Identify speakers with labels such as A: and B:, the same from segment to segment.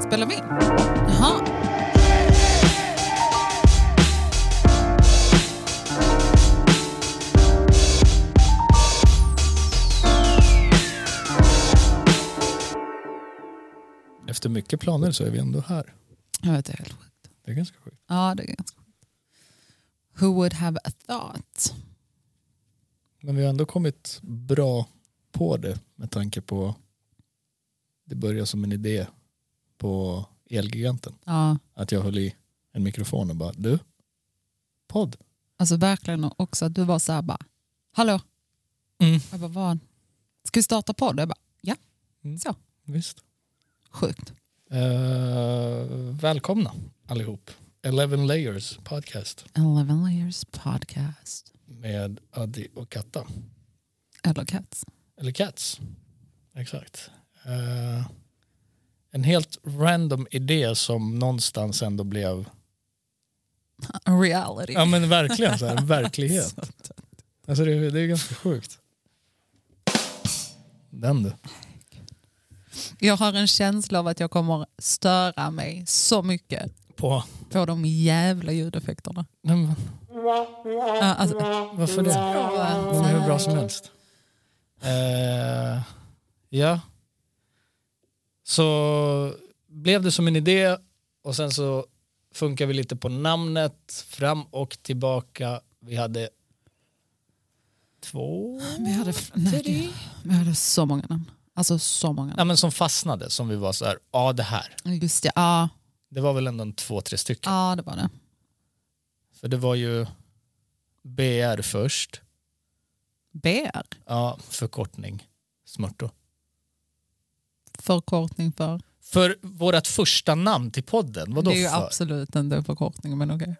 A: spelar vi in? Jaha.
B: Efter mycket planer så är vi ändå här.
A: Jag vet, det är helt sjukt.
B: Det är ganska sjukt.
A: Ja, det är ganska sjukt. Who would have a thought?
B: Men vi har ändå kommit bra på det med tanke på det började som en idé på Elgiganten.
A: Ja,
B: Att jag höll i en mikrofon och bara du, podd.
A: alltså verkligen också att du var så här bara, hallå?
B: Mm.
A: Jag bara, vad? Ska vi starta podd? Jag bara, ja.
B: Mm.
A: Så,
B: Visst.
A: sjukt.
B: Eh, välkomna allihop. 11 layers podcast
A: Eleven layers podcast.
B: med Addi och Katta.
A: Eller cats.
B: Eller Cats. Exakt. Eh, en helt random idé som någonstans ändå blev
A: Reality.
B: Ja men verkligen, så här, en verklighet. Alltså det, det är ganska sjukt. Den du.
A: Jag har en känsla av att jag kommer störa mig så mycket
B: På.
A: på de jävla ljudeffekterna.
B: Nej, men,
A: Ja, alltså,
B: varför det? De är hur bra som helst. Eh, ja. Så blev det som en idé och sen så funkar vi lite på namnet fram och tillbaka. Vi hade två,
A: Vi hade, f- nej, gud.
B: tre.
A: vi hade så många namn. Alltså så många
B: Ja,
A: namn.
B: men som fastnade som vi var så här, ja det här.
A: Just det, ja,
B: Det var väl ändå en två, tre stycken.
A: ja det var det.
B: För det var ju BR först,
A: BR,
B: ja, förkortning, smörto.
A: förkortning för.
B: För vårt första namn till podden, vadå
A: det är ju
B: för?
A: absolut inte en förkortning men okej.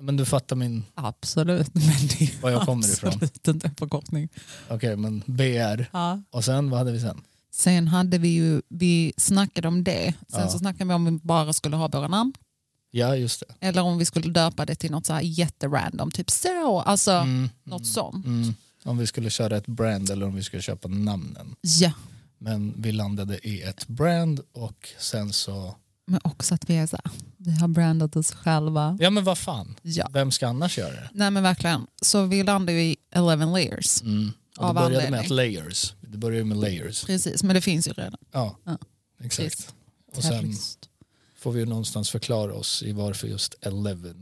B: Men du fattar min,
A: Absolut, men det är ju
B: var jag kommer ifrån.
A: absolut inte en förkortning.
B: Okej, men BR.
A: Ja.
B: Och sen, vad hade vi sen?
A: Sen hade vi ju, vi snackade om det. Sen
B: Ja.
A: så snackade vi om vi bara skulle ha våra namn.
B: Ja, just det.
A: Eller om vi skulle döpa det till något så här jätterandom, typ så. Alltså
B: Mm,
A: något sånt.
B: mm. Om vi skulle köra ett brand eller om vi skulle köpa namnen.
A: Ja,
B: Men vi landade i ett brand och sen så,
A: men också att vi är så här, vi har brandat oss själva.
B: ja men vad fan,
A: Ja.
B: vem ska annars göra det?
A: Nej men verkligen. Så vi landade ju i 11 layers.
B: Mm. Och det
A: Av
B: började med
A: anledning.
B: att layers, det började ju med layers.
A: Precis, men det finns ju redan.
B: Ja,
A: Ja.
B: exakt. Och sen,
A: Terrorist.
B: får vi ju någonstans förklara oss i varför just 11.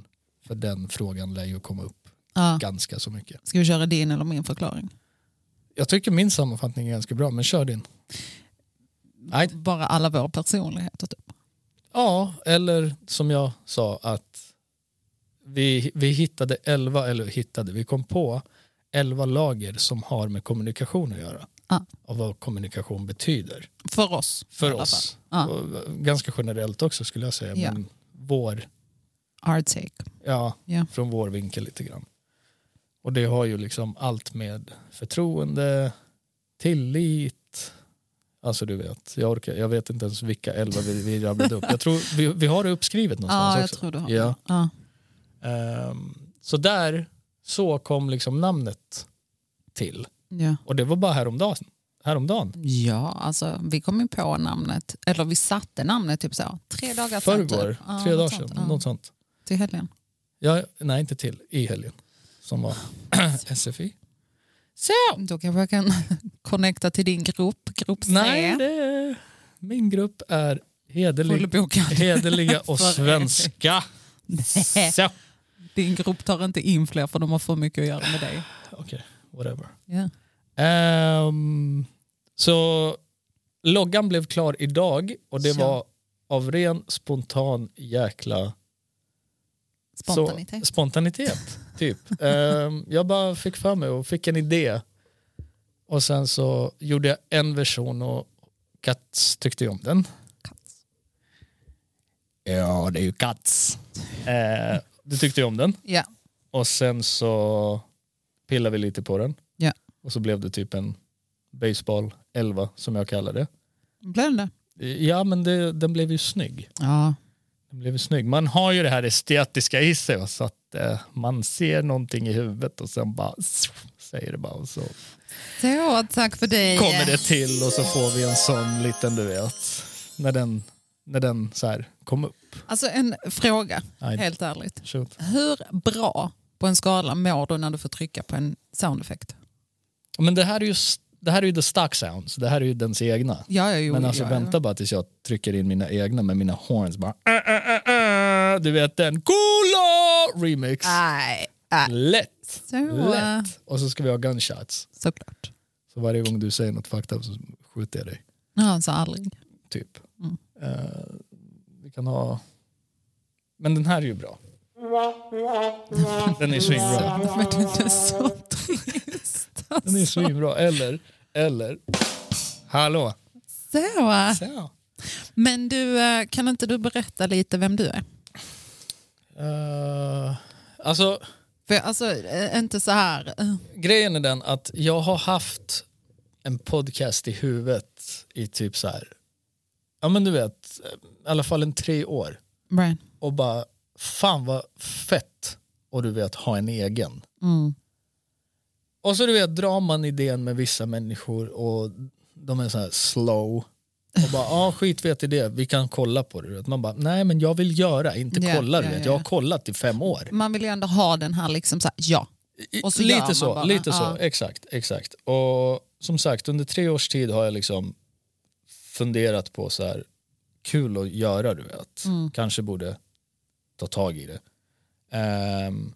B: För den frågan lär ju komma upp
A: ja.
B: ganska så mycket.
A: Ska vi köra din eller min förklaring?
B: Jag tycker min sammanfattning är ganska bra, men kör din. Nej.
A: Bara alla våra personligheter typ.
B: Ja, eller som jag sa att vi, vi hittade 11, eller hittade, vi kom på 11 lager som har med kommunikation att göra.
A: Ja.
B: Och vad kommunikation betyder
A: För oss. i
B: för
A: alla fall.
B: oss.
A: Ja.
B: Och eh, ganska generellt också skulle jag säga,
A: Ja.
B: men vår
A: Our take.
B: Ja,
A: Ja.
B: från vår vinkel lite grann. Och det har ju liksom allt med förtroende, tillit, alltså du vet, jag, orkar, jag vet inte ens vilka elva vi, vi rabblade upp. Jag tror vi, vi har det uppskrivet någonstans
A: Ja, jag
B: också.
A: tror du har
B: Ja.
A: det. Ja.
B: Ehm, så där, så kom liksom namnet till.
A: Ja.
B: Och det var bara häromdagen. häromdagen.
A: ja, alltså vi kom ju på namnet, eller vi satte namnet typ så, tre dagar
B: Förrgår,
A: typ. Ja,
B: tre
A: något
B: dagar
A: sånt.
B: sedan,
A: Ja.
B: något sånt.
A: Till helgen.
B: Ja, nej, inte till, i helgen. Som var
A: Ah,
B: SFI.
A: Så! Då kanske jag kan connecta till din grupp, grupp C.
B: Nej, det är, min grupp är hederlig,
A: Fullbokad.
B: hederliga och
A: För
B: svenska.
A: Nej,
B: Så.
A: Din grupp tar inte in fler för de har för mycket att göra med dig.
B: Okej, whatever.
A: Ja.
B: Ehm, så loggan blev klar idag och det
A: Så.
B: var av ren spontan jäkla
A: Spontanitet.
B: Så, spontanitet typ. Ehm, jag bara fick för mig och fick en idé. Och sen så gjorde jag en version och Katz tyckte ju om den.
A: Katz.
B: Ja, det är ju Katz. Eh, du tyckte ju om den.
A: Ja.
B: Och sen så pillade vi lite på den.
A: Ja.
B: Och så blev det typ en baseball 11 som jag kallar det.
A: Blev det
B: Ja, men det, den blev ju snygg.
A: Ja.
B: Den blev ju snygg. Man har ju det här estetiska i sig va, så att eh, man ser någonting i huvudet och sen bara säger det bara och så
A: Så, tack för dig.
B: kommer det till och så får vi en sån liten du vet. När den när den så här kom upp.
A: Alltså en fråga,
B: Nej,
A: helt ärligt.
B: shoot.
A: Hur bra på en skala mår du när du får trycka på en soundeffekt?
B: Men det här är ju s- det här är ju the stock sounds, det här är ju dens egna.
A: Ja, ja, jo,
B: Men alltså
A: ja, ja.
B: vänta bara tills jag trycker in mina egna med mina horns bara. "Äh, äh, äh, äh." Du vet den coola remix.
A: Nej, alltså, nej.
B: Lätt,
A: Så, eh,
B: lätt. Och så ska vi ha gunshots.
A: såklart.
B: Så varje gång du säger något fucked up så skjuter jag dig.
A: Nej, han sa aldrig.
B: Typ.
A: Mm.
B: Eh, vi kan ha... Men den här är ju bra. Den är svinbra.
A: Men den är så trist.
B: Den är svinbra. Eller, eller... Hallå!
A: Så. eh,
B: Så.
A: Men du, eh, kan inte du berätta lite vem du är?
B: Eh, alltså,
A: För alltså, eh, inte så här... eh,
B: grejen är den att jag har haft en podcast i huvudet i typ så här... Ja men du vet, i alla fall en tre år.
A: Brian.
B: och bara fan vad fett och du vet ha en egen.
A: Mm.
B: Och så du vet drar man idén med vissa människor och de är så här slow och bara ja ah, skitvet idé, vi kan kolla på det. du vet. Man bara nej men jag vill göra, inte
A: Ja,
B: kolla. du
A: ja,
B: vet.
A: ja,
B: Jag har
A: ja.
B: kollat i fem år.
A: Man vill ju ändå ha den här liksom så här, ja.
B: I-
A: Och så gör
B: lite
A: man
B: så,
A: bara,
B: lite
A: ja.
B: så, exakt, exakt. Och som sagt under tre års tid har jag liksom funderat på så här kul att göra du vet.
A: Mm.
B: Kanske borde ta tag i det. Ehm,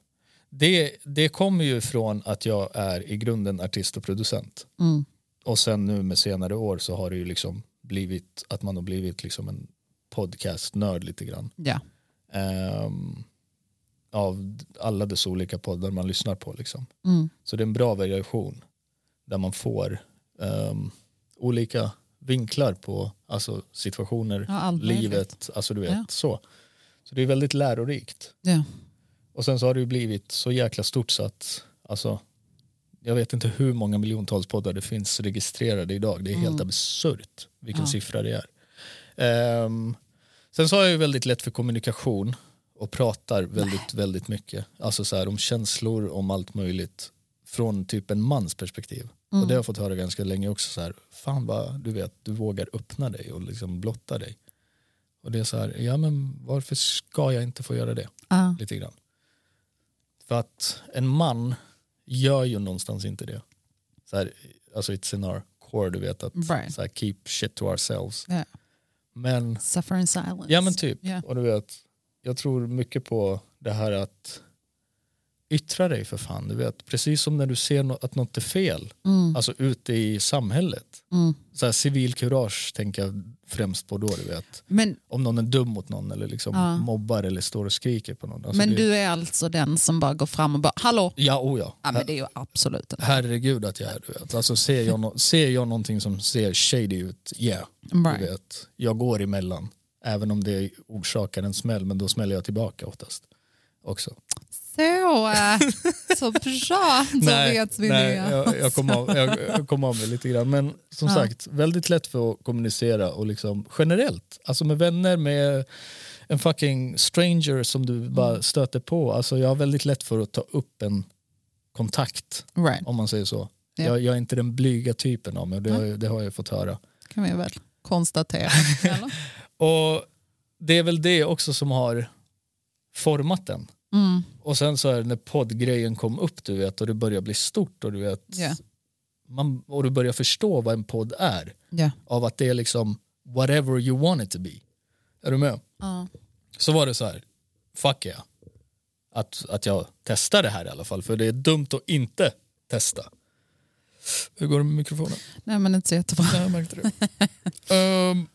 B: det. Det kommer ju från att jag är i grunden artist och producent.
A: Mm.
B: Och sen nu med senare år så har det ju liksom blivit att man har blivit liksom en podcastnörd lite grann.
A: Ja.
B: Ehm, av alla dess olika poddar man lyssnar på liksom.
A: Mm.
B: Så det är en bra variation där man får ehm, olika vinklar på alltså, situationer,
A: Ja, allt möjligt.
B: livet, alltså du vet
A: Ja.
B: så. Så det är väldigt lärorikt.
A: Ja.
B: Och sen så har det ju blivit så jäkla stort så att alltså, jag vet inte hur många miljontals poddar det finns registrerade idag. Det är helt absurt vilken
A: Ja.
B: siffra det är. Ehm, sen så har jag ju väldigt lätt för kommunikation och pratar väldigt, väldigt mycket. Alltså så här, om känslor, om allt möjligt. Från typ en mans perspektiv. Och det har jag fått höra ganska länge också. Så här, Fan vad du vet, du vågar öppna dig och liksom blotta dig. Och det är så här, ja men varför ska jag inte få göra det?
A: Ah.
B: lite grann. För att en man gör ju någonstans inte det. Så här, alltså it's in our core, du vet att
A: Right.
B: så här, keep shit to ourselves.
A: Ja.
B: Men,
A: Suffer in silence.
B: ja men typ,
A: Ja.
B: och du vet, jag tror mycket på det här att yttra dig för fan, du vet, precis som när du ser nå- att något är fel,
A: Mm.
B: alltså ute i samhället.
A: Mm.
B: Så här, civil kurage tänker jag främst på då, du vet.
A: Men,
B: Om någon är dum mot någon eller liksom
A: Ja.
B: mobbar eller står och skriker på någon. Alltså,
A: men
B: det,
A: du är alltså den som bara går fram och bara, hallå?
B: Ja, oh ja.
A: Ja, men det är ju absolut inte.
B: herregud att jag är du vet. Alltså ser jag, no- ser jag någonting som ser shady ut, yeah.
A: Right.
B: Du vet. Jag går emellan. Även om det orsakar en smäll, men då smäller jag tillbaka oftast. Också.
A: Så, eh, så bra, då vet vi
B: nej,
A: det.
B: Jag, jag kom av, jag, jag kom av mig lite grann. Men som
A: Ja.
B: sagt, väldigt lätt för att kommunicera och liksom generellt. Alltså med vänner, med en fucking stranger som du bara stöter på. Alltså jag har väldigt lätt för att ta upp en kontakt
A: Right,
B: om man säger så.
A: Ja.
B: Jag, jag är inte den blyga typen av mig, och det, har jag- det har jag ju fått höra.
A: kan vi väl konstatera. Eller?
B: Och Det är väl det också som har format den.
A: Mm.
B: Och sen så är det när poddgrejen kom upp du vet, och det börjar bli stort och du, vet,
A: Ja.
B: man, och du börjar förstå vad en podd är.
A: Ja.
B: Av att det är liksom whatever you want it to be. Är du med?
A: Ja.
B: Så var det så här, fuck yeah. Att, att jag testar det här i alla fall, för det är dumt att inte testa. Hur går det med mikrofonen?
A: Nej men inte så jättebra.
B: Nej, jag märkte det. Ehm,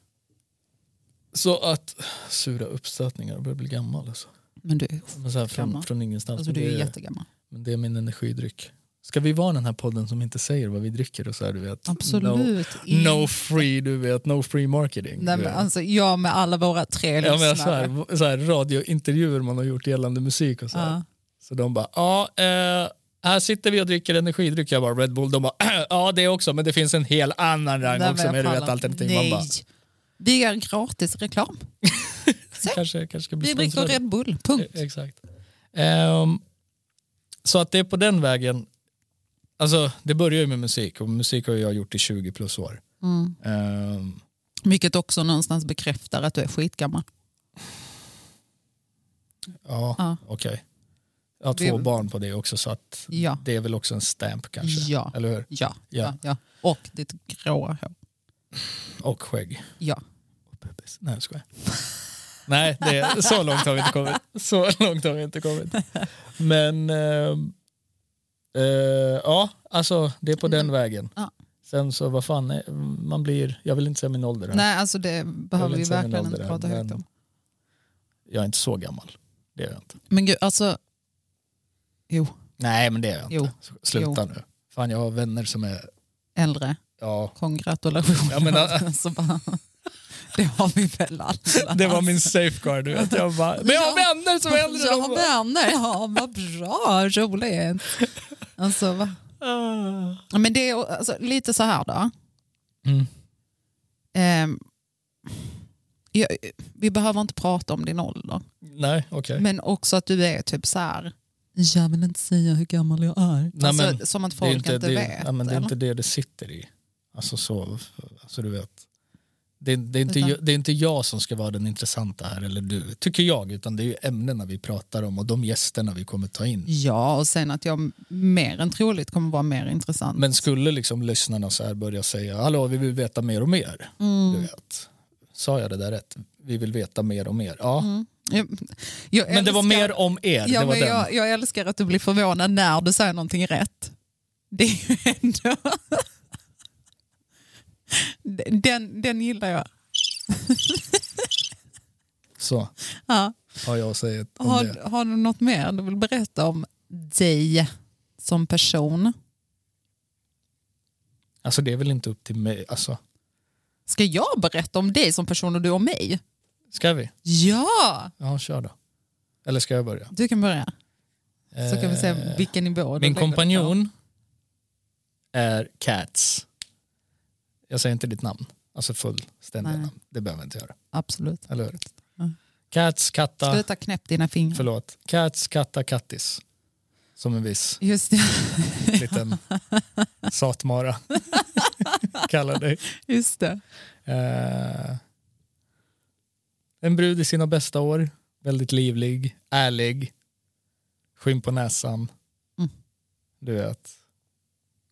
B: så att sura uppstötningar, jag börjar bli gammal alltså.
A: Men du,
B: Men så här från,
A: Gammal.
B: från ingenstans.
A: alltså,
B: Men
A: du är
B: det,
A: ju jättegammal.
B: men det är min energidryck. Ska vi vara den här podden som inte säger vad vi dricker och så här, du vet?
A: Absolut
B: No, no free, du vet, no free marketing.
A: Nej,
B: du
A: men
B: vet.
A: alltså, jag med alla våra tre
B: ja,
A: lyssnare.
B: men så här, så här, radiointervjuer man har gjort gällande musik och så här.
A: Ja.
B: Så de bara, ja, eh, här sitter vi och dricker energidryck. Jag bara, Red Bull. De bara, ja det också, men det finns en hel annan rang
A: Nej, men
B: också
A: jag
B: med du vet,
A: pallar.
B: alternativ. Man
A: Nej,
B: bara,
A: vi gör gratis reklam.
B: kanske, kanske ska bli
A: Vi dricker
B: sponsrade.
A: Red Bull, punkt.
B: E- Exakt. Ehm, så att det är på den vägen. Alltså, det börjar ju med musik och musik har jag gjort i 20 plus år.
A: Mm.
B: Ehm,
A: Vilket också någonstans bekräftar att du är skitgammal.
B: Ja,
A: Ja.
B: okej. Jag har
A: Det-
B: två barn på det också så att
A: Ja.
B: det är väl också en stamp kanske.
A: Ja.
B: Eller hur?
A: Ja.
B: Ja.
A: ja. ja. Och ditt gråa hår.
B: Och skägg.
A: Ja.
B: Pubis. Nej jag skojar. Nej, det, så långt har vi inte kommit. Så långt har vi inte kommit. Men eh, eh, ja, alltså det är på den vägen.
A: Mm. Ja.
B: Sen så vad fan, är, man blir, jag vill inte säga min ålder här.
A: Nej, alltså det behöver
B: vill
A: vi
B: inte säga min
A: verkligen
B: ålder
A: inte
B: än,
A: prata högt
B: men-
A: om.
B: Jag är inte så gammal. Det är jag inte.
A: Men gud, alltså. Jo,
B: Nej men det är jag inte.
A: Jo.
B: Så- Sluta nu. Fan jag har vänner som är,
A: äldre.
B: ja.
A: Kongratulationer.
B: Ja, men, äh.
A: Så bara, det har vi väl alla.
B: Det var min safeguard. Du vet. Jag bara, men jag har vänner som är äldre.
A: Alltså. Ja, vänner. Ja, vad bra. Roligt. Alltså, va?
B: Ah.
A: Ja, Men det är alltså, lite så här då.
B: Mm.
A: Ehm, jag, vi behöver inte prata om din ålder.
B: Nej okej.
A: Men också att du är typ så här. Jag vill inte säga hur gammal jag är.
B: Nej,
A: alltså,
B: men
A: som att
B: Det är
A: folk
B: ju inte,
A: inte
B: det, är-
A: vet.
B: ja, men det är
A: eller?
B: inte det det sitter i. Alltså så, alltså du vet. Det, det, är inte,
A: Utan-
B: ju- det är inte jag som ska vara den intressanta här, eller du, tycker jag. Utan det är ju ämnena vi pratar om och de gästerna vi kommer ta in.
A: Ja, och sen att jag mer än troligt kommer vara mer intressant.
B: Men skulle liksom lyssnarna så här börja säga, hallå vi vill veta mer och mer.
A: Mm.
B: Du vet. Sa jag det där rätt? Vi vill veta mer och mer. Ja,
A: jag, Mm. jag
B: men det var
A: älskar-
B: mer om er.
A: Ja,
B: det var
A: men
B: den.
A: jag, jag älskar att du blir förvånad när du säger någonting rätt. Det är ju ändå... Den, den gillar jag.
B: Så
A: Ja.
B: har jag att säga om det.
A: Har, har du något mer du vill berätta om dig som person?
B: Alltså det är väl inte upp till mig. Alltså,
A: Ska jag berätta om dig som person och du om mig?
B: ska vi?
A: Ja!
B: Ja, kör då. Eller ska jag börja?
A: Du kan börja. Så kan vi se
B: Eh,
A: vilken nivå du
B: Min
A: lägger det på.
B: kompanjon är Cats. Jag säger inte ditt namn, alltså fullständiga
A: Nej.
B: namn. Det behöver jag inte göra,
A: Absolut.
B: eller hur?
A: Mm.
B: Cats, Katta,
A: Sluta knäpp dina fingrar.
B: förlåt. Cats, Katta, Kattis. Som en viss
A: Just det.
B: liten satmara kallar dig.
A: Just det.
B: Eh, en brud i sina bästa år, väldigt livlig, ärlig, skinn på näsan.
A: Mm.
B: Du vet,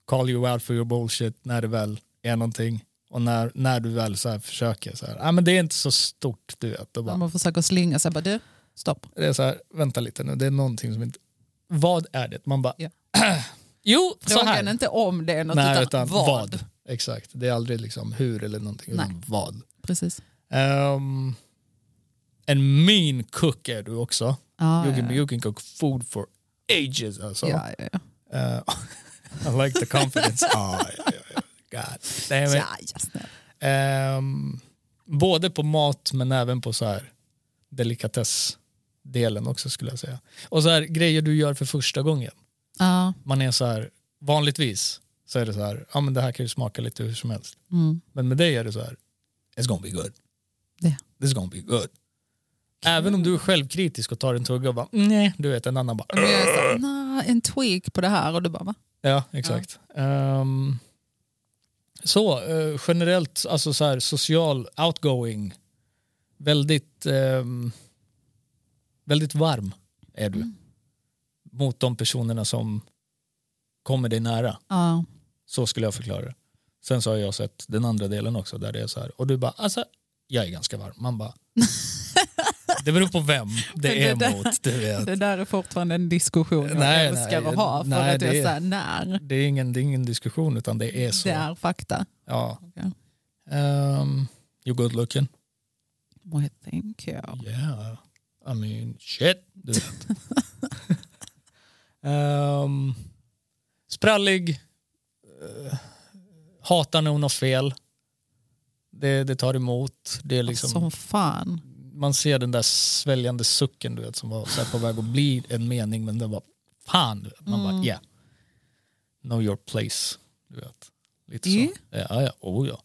B: call you out for your bullshit när det väl är någonting. Och när, när du väl så här försöker, så här, ah, men det är inte så stort du vet. Då bara,
A: Man försöker slinga sig. Bara, du, stopp.
B: Det är så här, vänta lite nu, det är någonting som inte... Vad är det? Man bara,
A: Ja.
B: jo, så
A: Frågan är
B: här.
A: inte om det är något,
B: Nej,
A: utan,
B: utan
A: vad.
B: vad. Exakt, det är aldrig liksom hur eller någonting, utan
A: Nej.
B: vad.
A: Precis.
B: Ehm, en mean cook är du också.
A: Ah,
B: you, can,
A: ja.
B: you can cook food for ages alltså.
A: Ja, ja, ja.
B: Eh, I like the confidence. Ah, ja, ja, ja. God damn it.
A: Ja, just det.
B: Ehm, både på mat men även på så här delikatessdelen också skulle jag säga. Och så här grejer du gör för första gången.
A: Ja,
B: Man är så här, vanligtvis så är det så här, ja men det här kan ju smaka lite hur som helst.
A: mm.
B: Men med dig är det så här, it's gonna be good.
A: Ja.
B: This gonna be good. Även om du är självkritisk och tar en tugga och bara nej, du vet en annan bara
A: Men jag är så, här, "Nej, en tweak på det här och du bara va?
B: ja exakt. Ehm, så eh, generellt alltså så här social outgoing, väldigt ehm, väldigt varm är du mot de personerna som kommer dig nära.
A: Ja,
B: Så skulle jag förklara det. Sen så har jag sett den andra delen också där det är så här. Och du bara, alltså jag är ganska varm. Man bara, det beror på vem det är
A: Men det där-
B: mot. Du vet.
A: det där är fortfarande en diskussion jag
B: Nej,
A: älskar
B: nej,
A: att ha. För
B: nej,
A: att jag
B: det
A: är
B: är-
A: så här, när?
B: Det är, ingen, det är ingen diskussion utan det är så.
A: Det är fakta.
B: Ja.
A: Okej.
B: Ehm, you're good looking.
A: Well, thank you.
B: Yeah. I mean shit. Du vet. Ehm, sprallig. eh, hatar när hon har fel. Det, det tar emot. Det är liksom...
A: Som fan.
B: man ser den där sväljande sucken du vet, som var så här på väg att bli en mening men den var fan. Du vet. Man bara yeah. Know your place. Du vet. Lite
A: Ja.
B: så. Ja, ja. Oh, ja.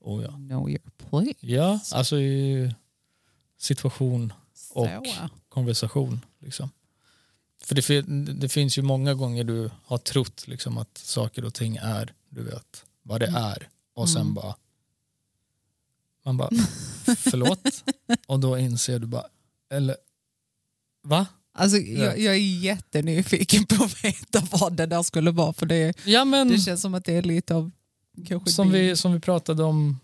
B: Oh, ja.
A: Know your place.
B: ja, alltså i situation och
A: Så.
B: konversation. Liksom. För det, fin- det finns ju många gånger du har trott liksom, att Mm. saker och ting är, du vet vad det är och sen bara Man bara, förlåt? Och då inser du bara, eller va?
A: Alltså, jag, jag är jättenyfiken på att veta vad det där skulle vara för det,
B: Ja men,
A: det känns som att det är lite av kanske
B: Mm. som,
A: din-
B: vi, som vi pratade om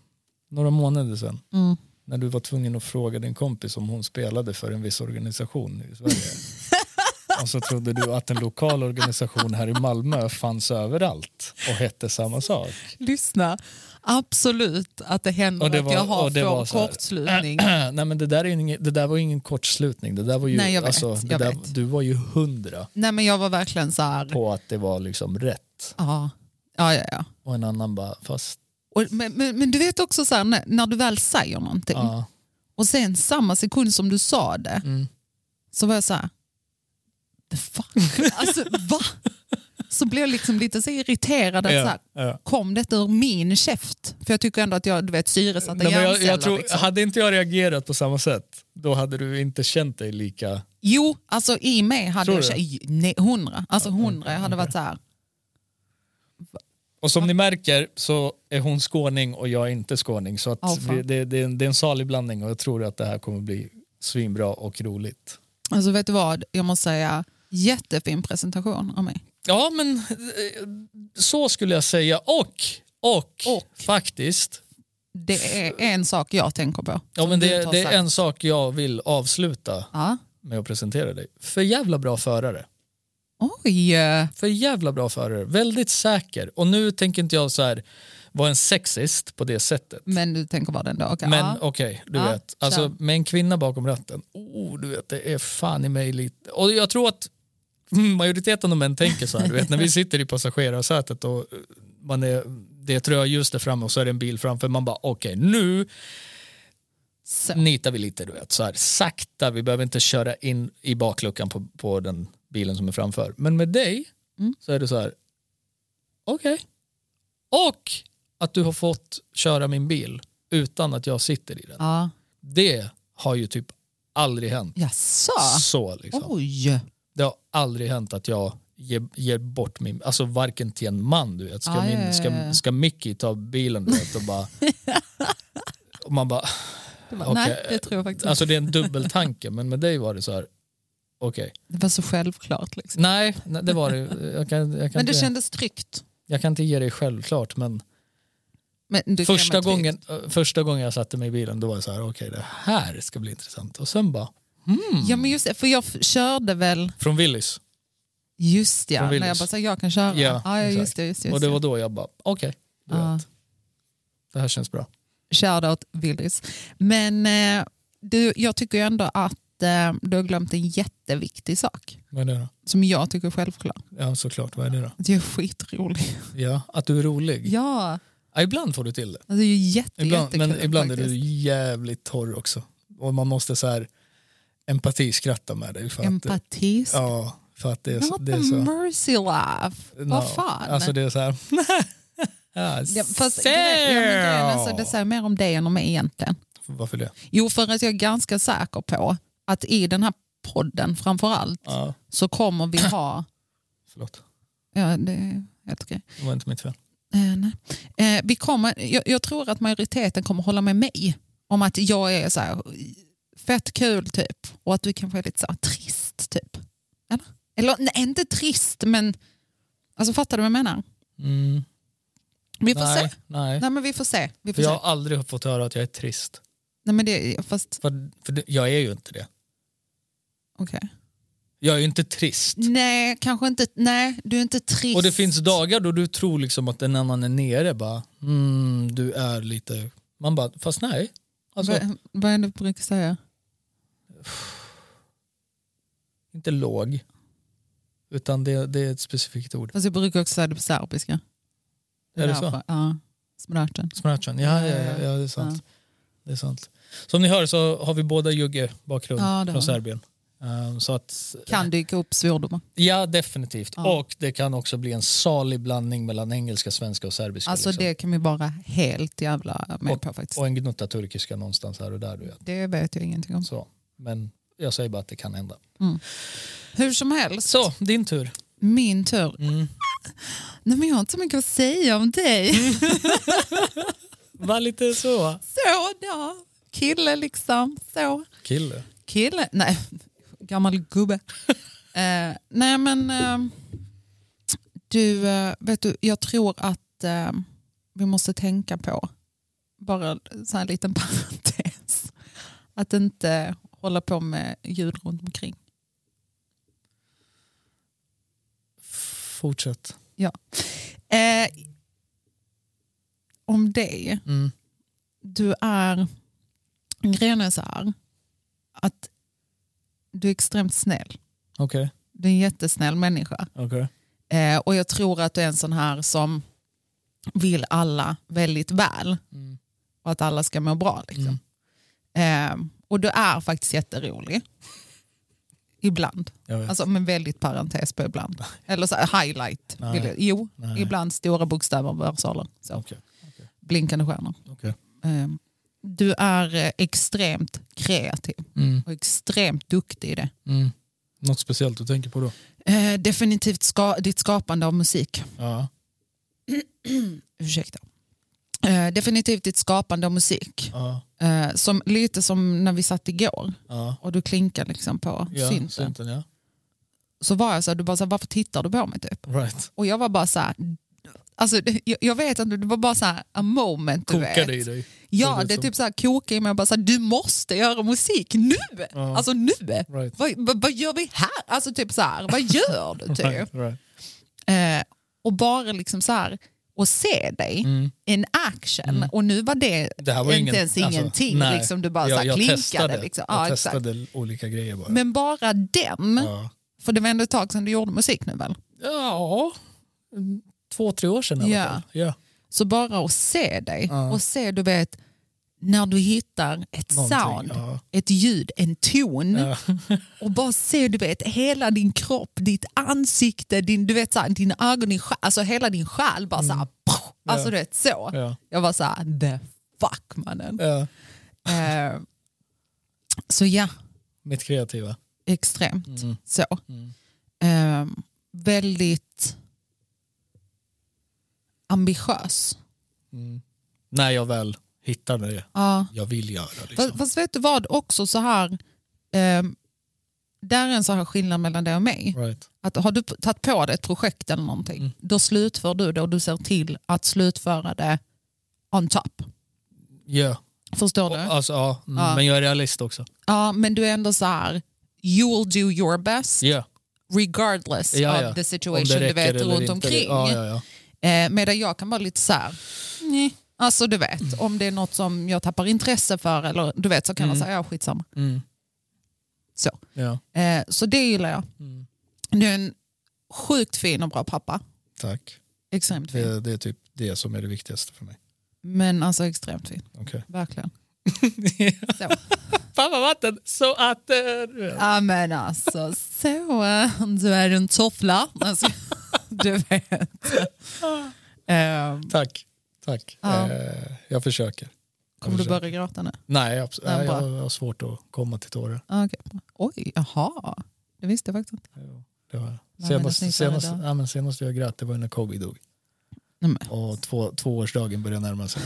B: några månader sedan.
A: mm.
B: När du var tvungen att fråga din kompis om hon spelade för en viss organisation i Sverige. Och så trodde du att en lokal organisation här i Malmö fanns överallt och hette samma sak.
A: Lyssna, absolut att det händer
B: Och det
A: att jag
B: var-
A: har
B: och det var
A: får
B: så här.
A: kortslutning.
B: Nej men det där, är ju ingen, det där var ju ingen kortslutning. Det där var ju,
A: Nej, jag vet,
B: alltså, det
A: jag
B: där,
A: vet.
B: Du var ju hundra
A: Nej men jag var verkligen så här,
B: på att det var liksom rätt.
A: ja, ja, ja. ja.
B: Och en annan bara, fast
A: Och, men, men, men du vet också så här, när, när du väl säger någonting
B: ja.
A: och sen samma sekund som du sa det
B: Mm.
A: så var jag så här, the fuck, alltså va? Så blev jag liksom lite så irriterad att så här,
B: ja.
A: kom det ur min käft? För jag tycker ändå att jag, du vet, syresatta
B: Nej, men jag,
A: hjärnceller.
B: jag tror,
A: liksom.
B: Hade inte jag reagerat på samma sätt, då hade du inte känt dig lika...
A: Jo, alltså i mig hade
B: Tror
A: jag
B: du?
A: känt, nej, hundra, alltså hundra, jag hade varit så här,
B: Och som ni märker så är hon skåning och jag är inte skåning. Så att
A: Ja, fan.
B: vi, det, det, är en- det är en salig blandning och jag tror att det här kommer bli svinbra och roligt.
A: alltså vet du vad, jag måste säga, jättefin presentation av mig.
B: Ja men eh, så skulle jag säga och, och,
A: Och.
B: faktiskt.
A: Det är en sak jag tänker på.
B: Ja,
A: som
B: men
A: du inte
B: det,
A: har
B: det är
A: sagt.
B: en sak jag vill avsluta
A: Ja.
B: med att presentera dig. För jävla bra förare.
A: Oj, eh,
B: För jävla bra förare. Väldigt säker. Och nu tänker inte jag så här vara en sexist på det sättet.
A: men du tänker bara den dagen.
B: Men
A: ja.
B: okej, du
A: Ja,
B: vet. Alltså, med en kvinna bakom ratten, oh, du vet, det är fan i mig lite... Och jag tror att mm, majoriteten av män tänker så här, du vet, när vi sitter i passagerarsätet och eh, man är, det är ett rödljus där framme och så är det en bil framför, man bara okej, nu
A: Så.
B: nitar vi lite, du vet, så här, sakta, vi behöver inte köra in i bakluckan på, på den bilen som är framför. Men med dig
A: Mm.
B: så är det så här, okej. Och att du har fått köra min bil utan att jag sitter i den.
A: Ja.
B: Det har ju typ aldrig hänt.
A: Jaså?
B: Så liksom.
A: Oh. Oj.
B: Det har aldrig hänt att jag ger, ger bort min, alltså varken till en man du vet. Ska,
A: Ja, ja, ja,
B: min,
A: ja.
B: ska, ska Mickey ta bilen du vet och bara, och man bara,
A: Det var,
B: Okej.
A: Nej, det tror jag faktiskt inte.
B: alltså det är en dubbeltanke men med dig var det så här, okej.
A: Det var så självklart. Liksom.
B: Nej, nej, det var det jag kan, jag, kan
A: Men det
B: inte,
A: kändes tryggt.
B: jag kan inte ge dig självklart men
A: Men du kan
B: första
A: vara trygg.
B: gången, eh, första gången jag satte mig i bilen då var jag så här, okej det här ska bli intressant. Och sen bara,
A: Ja, men just det, för jag f- körde väl,
B: från Willys.
A: just ja,
B: Från
A: när jag
B: Willys.
A: bara sa jag kan köra.
B: Ja,
A: ja, ja, just
B: exakt.
A: det. Just, det,
B: och
A: just
B: det
A: det.
B: var då jag bara, okej, du
A: Ja.
B: vet. det här känns bra.
A: Shoutout Willys. Men eh, du, jag tycker ju ändå att eh, du har glömt en jätteviktig sak
B: Vad är det då?
A: som jag tycker är självklar.
B: Ja, såklart. Vad är det då?
A: Det är skitrolig.
B: Ja, att du är rolig.
A: Ja,
B: Ja, ibland får du till det.
A: alltså, det är ju jätte,
B: Ibland,
A: jättekul.
B: men ibland är
A: faktiskt.
B: du jävligt torr också. Och man måste så här empatiskratta med dig. För Att,
A: Empatisk.
B: ja, för att det är så.
A: Not
B: Det är
A: a
B: så
A: mercy laugh.
B: no.
A: Vad fan?
B: Alltså det är så här. ja,
A: Ja, fast grejen, ja, men grejen, alltså, det säger mer om dig än om mig egentligen.
B: Varför det?
A: Jo, för att jag är ganska säker på att i den här podden framför allt
B: Ja,
A: så kommer vi ha...
B: förlåt.
A: Ja, det är helt okej.
B: Det var inte mitt fel.
A: Eh, nej. Eh, vi kommer, jag, jag tror att majoriteten kommer hålla med mig om att jag är så här, fett kul typ och att du kanske är lite så här, trist typ. Eller? Eller nej, inte trist men alltså fattar du vad jag menar?
B: Mm,
A: Vi får
B: nej,
A: se.
B: nej.
A: Nej men vi får se. Vi
B: För
A: får
B: jag
A: se.
B: har aldrig fått höra att jag är trist.
A: Nej men det, fast
B: För, för det, jag är ju inte det.
A: okej.
B: Jag är ju inte trist.
A: Nej, kanske inte. Nej, du är inte trist.
B: Och det finns dagar då du tror liksom att en annan är nere. Bara, mm, du är lite... Man bara, fast nej. Alltså,
A: Vad- Vad är det du brukar säga?
B: inte låg. Utan det, det är ett specifikt ord.
A: Fast jag brukar också säga det på serbiska.
B: Är det så?
A: Därför- Ja. Smrarten.
B: Smratchen. Ja, ja, ja, ja, det är sant. Det är sant. Som ni hör så har vi båda jugge bakgrund
A: Ja, det har vi.
B: från Serbien. Ehm, så att, eh,
A: Kan dyka upp svordomar.
B: ja, definitivt.
A: Ja.
B: Och det kan också bli en salig blandning mellan engelska, svenska och serbiska.
A: Alltså
B: liksom.
A: det kan vi vara helt jävla med på faktiskt.
B: Och en gnutta turkiska någonstans här och där. Du vet.
A: Det vet jag ingenting om.
B: Så. Men jag säger bara att det kan hända.
A: Hur som helst,
B: Så, din tur.
A: min tur.
B: Mm. Mm.
A: Nej men jag har inte så mycket att säga om dig.
B: Var lite så.
A: Så där. Kille liksom. Så.
B: Kille.
A: Kille? Nej, gammal gubbe. Eh, nej men eh, du, eh, vet du, jag tror att eh, vi måste tänka på, bara så här en liten parentes, att inte hålla på med ljud runt omkring.
B: Fortsätt.
A: Eh, om det, du är, grejen är så här, att du är extremt snäll.
B: Okej.
A: Du är en jättesnäll människa.
B: Okej.
A: Eh, och jag tror att du är en sån här som vill alla väldigt väl
B: Mm.
A: och att alla ska må bra. Liksom.
B: Mm.
A: Eh, och du är faktiskt jätterolig. Ibland.
B: Jag vet.
A: Alltså med väldigt parentes på ibland. Eller så här, highlight.
B: Nej.
A: Vill jag, jo,
B: Nej.
A: ibland stora bokstäver på versaler. Så.
B: Okej.
A: Blinkande stjärnor.
B: Okej.
A: Eh, du är eh, extremt kreativ
B: Mm.
A: och extremt duktig i det.
B: Mm. Något speciellt du tänker på då?
A: Eh, definitivt ska, ditt skapande av musik.
B: Ja.
A: ursäkta. Eh, definitivt ditt skapande av musik.
B: Ja.
A: Eh, som, lite som när vi satt igår
B: Ja.
A: och du klinkade liksom på
B: ja.
A: synten.
B: Synten, ja.
A: Så var jag så här, du bara så här, varför tittar du på mig typ?
B: Right.
A: Och jag var bara så här, alltså, det- jag, jag vet inte, det var bara så här a moment du
B: Kokade i
A: vet.
B: dig.
A: Ja,
B: Det är
A: det är
B: som-
A: typ så här kokade i mig och bara så här, du måste göra musik nu!
B: Ja.
A: Alltså nu!
B: Right.
A: Vad, vad, vad gör vi här? Alltså typ så här, vad gör du typ?
B: Right. Right.
A: Eh, och bara liksom så här, och se dig
B: Mm.
A: in action. Och nu var det,
B: Det här var
A: inte
B: ingen,
A: ens
B: alltså,
A: ingenting.
B: nej.
A: liksom, du bara så
B: jag,
A: här,
B: jag
A: klinkade.
B: Testade.
A: Liksom.
B: Jag
A: Ja, exakt.
B: testade olika grejer bara.
A: Men bara den,
B: ja.
A: för det var ändå ett tag sedan du gjorde musik nu väl?
B: ja, Mm, två, tre år sedan i
A: Ja.
B: alla fall. Ja.
A: Så bara att se dig
B: Ja.
A: och se, du vet, när du hittar ett
B: Någonting,
A: sound,
B: ja.
A: ett ljud, en ton
B: Ja.
A: och bara se, du vet, hela din kropp, ditt ansikte, din, du vet, så här, dina ögon, din själ, alltså hela din själ bara så här, poff, alltså
B: Mm. Ja.
A: du vet så.
B: Ja.
A: Jag var så här, the fuck mannen.
B: Ja.
A: Eh, så ja,
B: Mitt kreativa.
A: extremt
B: Mm.
A: så.
B: Mm.
A: Ehm, väldigt ambitiös.
B: Mm. När jag väl hittar det
A: Ja.
B: jag vill göra.
A: Fast,
B: Liksom.
A: fast vet du vad också så här, ehm, där är en så här skillnad mellan dig och mig.
B: Right.
A: Att har du p- tagit på dig ett projekt eller någonting,
B: Mm.
A: då slutför du det och du ser till att slutföra det on top.
B: Ja.
A: Förstår
B: Och,
A: du?
B: Alltså, ja. Mm,
A: Ja.
B: Men jag är realist också.
A: Ja, men du är ändå så här, you'll do your best
B: Ja.
A: regardless
B: Ja, ja.
A: of the
B: Om
A: situation
B: det
A: du
B: räcker
A: vet
B: eller
A: runt
B: inte.
A: omkring.
B: Ja, ja, ja.
A: Eh, medan jag kan vara lite så här, nej. Alltså du
B: Mm.
A: vet, om det är något som jag tappar intresse för eller du vet så kan jag
B: Mm.
A: säga, ja skitsamma.
B: Mm.
A: Så.
B: ja.
A: Eh, så det gillar jag.
B: Mm.
A: Du är en sjukt fin och bra pappa.
B: Tack.
A: Extremt fin.
B: Det, det är typ det som är det viktigaste för mig.
A: Men alltså extremt fin,
B: Okej.
A: verkligen. Så.
B: Fan vad vatten! Så att... eh,
A: Ja men alltså så, eh, du är en toffla. Alltså, du vet. Eh,
B: Tack. Tack.
A: Ja.
B: Eh, jag försöker.
A: kommer du
B: försöker.
A: börja gråta nu?
B: Nej, abs-
A: Nej,
B: nej, jag
A: bra.
B: har svårt att komma till tårar.
A: Ah, okej. Oj, jaha. Det visste jag faktiskt inte.
B: Jo, Det har jag.
A: men
B: Senast,
A: det sniffar
B: senast,
A: idag.
B: ja, men senast jag grät det var när Kobe dog.
A: Nej, men.
B: Och två, tvåårsdagen börjar närma sig.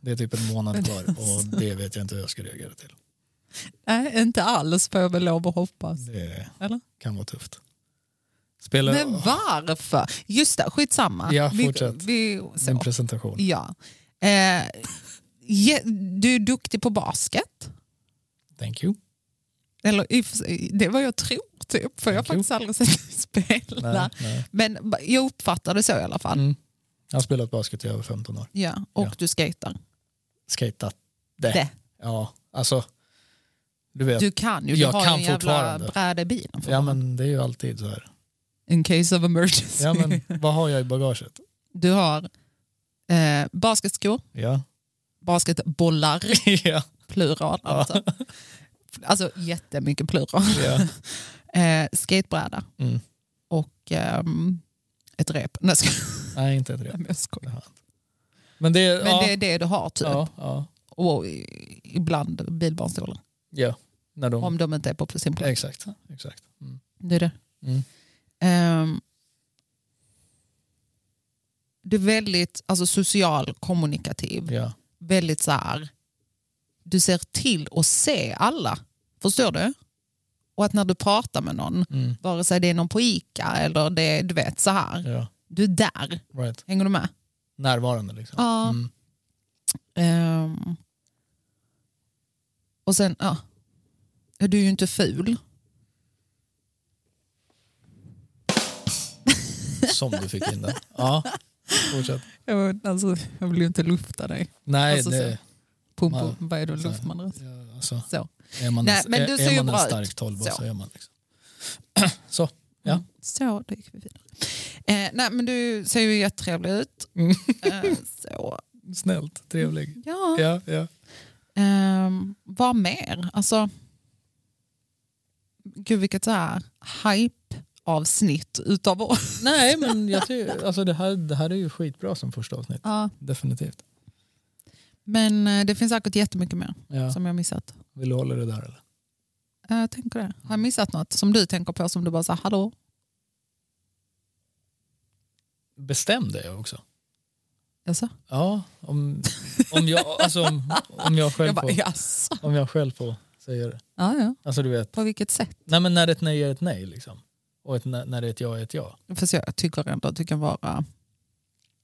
B: Det är typ en månad kvar och det vet jag inte hur jag ska reagera till.
A: Nej, inte alls får jag väl lov att hoppas.
B: Det
A: Eller?
B: kan vara tufft. Spelar
A: Men varför? Just det, skitsamma.
B: Ja,
A: Vi-
B: fortsätt.
A: Vi, så.
B: din presentation.
A: ja. eh, je, du är duktig på basket.
B: Thank you.
A: Eller, i och för sig, det är vad jag tror, typ, för jag har
B: Thank you.
A: faktiskt aldrig sett dig spela.
B: Nej, nej.
A: Men ba- jag uppfattar det så i alla fall.
B: Mm. Jag har spelat basket i över 15 år.
A: Ja, och
B: Ja.
A: du skejtar.
B: Skejtat. Det.
A: Det.
B: Ja, alltså. Du vet.
A: Du kan ju, du
B: Jag
A: har
B: kan
A: ju en jävla
B: fortfarande.
A: bräda i bilen. för
B: Ja
A: fan.
B: men det är ju alltid så här.
A: In case of emergency.
B: Ja men vad har jag i bagaget?
A: Du har eh, basketskor,
B: Ja.
A: basketbollar,
B: ja.
A: plural alltså. Alltså jättemycket plural.
B: ja.
A: Eh, skatebräda
B: Mm.
A: och ehm, ett rep. Nej, jag skojar.
B: Nej inte ett rep.
A: Nej, jag skojar.
B: Men det är...
A: Men
B: ja,
A: det är det du har typ.
B: ja, ja,
A: Och i- ibland bilbarnstolar.
B: ja. När de,
A: Om de inte är på sin plats.
B: Exakt. exakt. Mm.
A: Det är det.
B: Mm.
A: Ehm, du är väldigt alltså, social, kommunikativ.
B: Ja.
A: väldigt så här, du ser till att se alla. Förstår du? Och att när du pratar med någon,
B: Mm.
A: vare sig det är någon på ICA eller det är, du vet så här,
B: Ja,
A: du är där.
B: right.
A: Hänger du med?
B: Närvarande liksom.
A: Ja.
B: Mm.
A: Ehm. och sen, ja. Ja, Du är ju inte ful.
B: Som du fick in den. Ja, fortsätt.
A: Jag, alltså, jag vill ju inte lufta dig.
B: Nej,
A: Alltså,
B: det,
A: Pumpo,
B: Nej.
A: vad är det
B: Så här.
A: luftman
B: ja, alltså,
A: Så.
B: är man,
A: Nej,
B: en,
A: men
B: är,
A: du ser ju
B: är man
A: bra
B: en
A: ut.
B: stark tolva
A: Så.
B: så är man liksom. Så, ja.
A: Mm. Så, då gick vi vidare. Eh, nej, men du ser ju jättetrevlig ut.
B: Mm.
A: Eh, så,
B: Snällt, trevlig.
A: ja.
B: Ja, ja.
A: Ehm, vad mer? Alltså, gud vilket så här hype-avsnitt utav oss.
B: Nej, men jag tycker, alltså det, här, det här är ju skitbra som första avsnitt.
A: Ja.
B: Definitivt.
A: Men eh, det finns säkert jättemycket mer
B: Ja.
A: som jag missat.
B: Vill du hålla det där eller?
A: Ja, Jag tänker det. Har jag missat något som du tänker på som du bara säger hallå?
B: Bestäm dig också.
A: Jaså?
B: Ja, om, om, jag, alltså, om, om jag själv
A: Jag bara
B: får,
A: jaså?
B: om jag själv får säga det.
A: Ja, ja.
B: Alltså du vet,
A: På vilket sätt?
B: nej, men när ett nej är ett nej liksom. Och ett, när när ett ja är ett ja.
A: För jag tycker ändå att du kan vara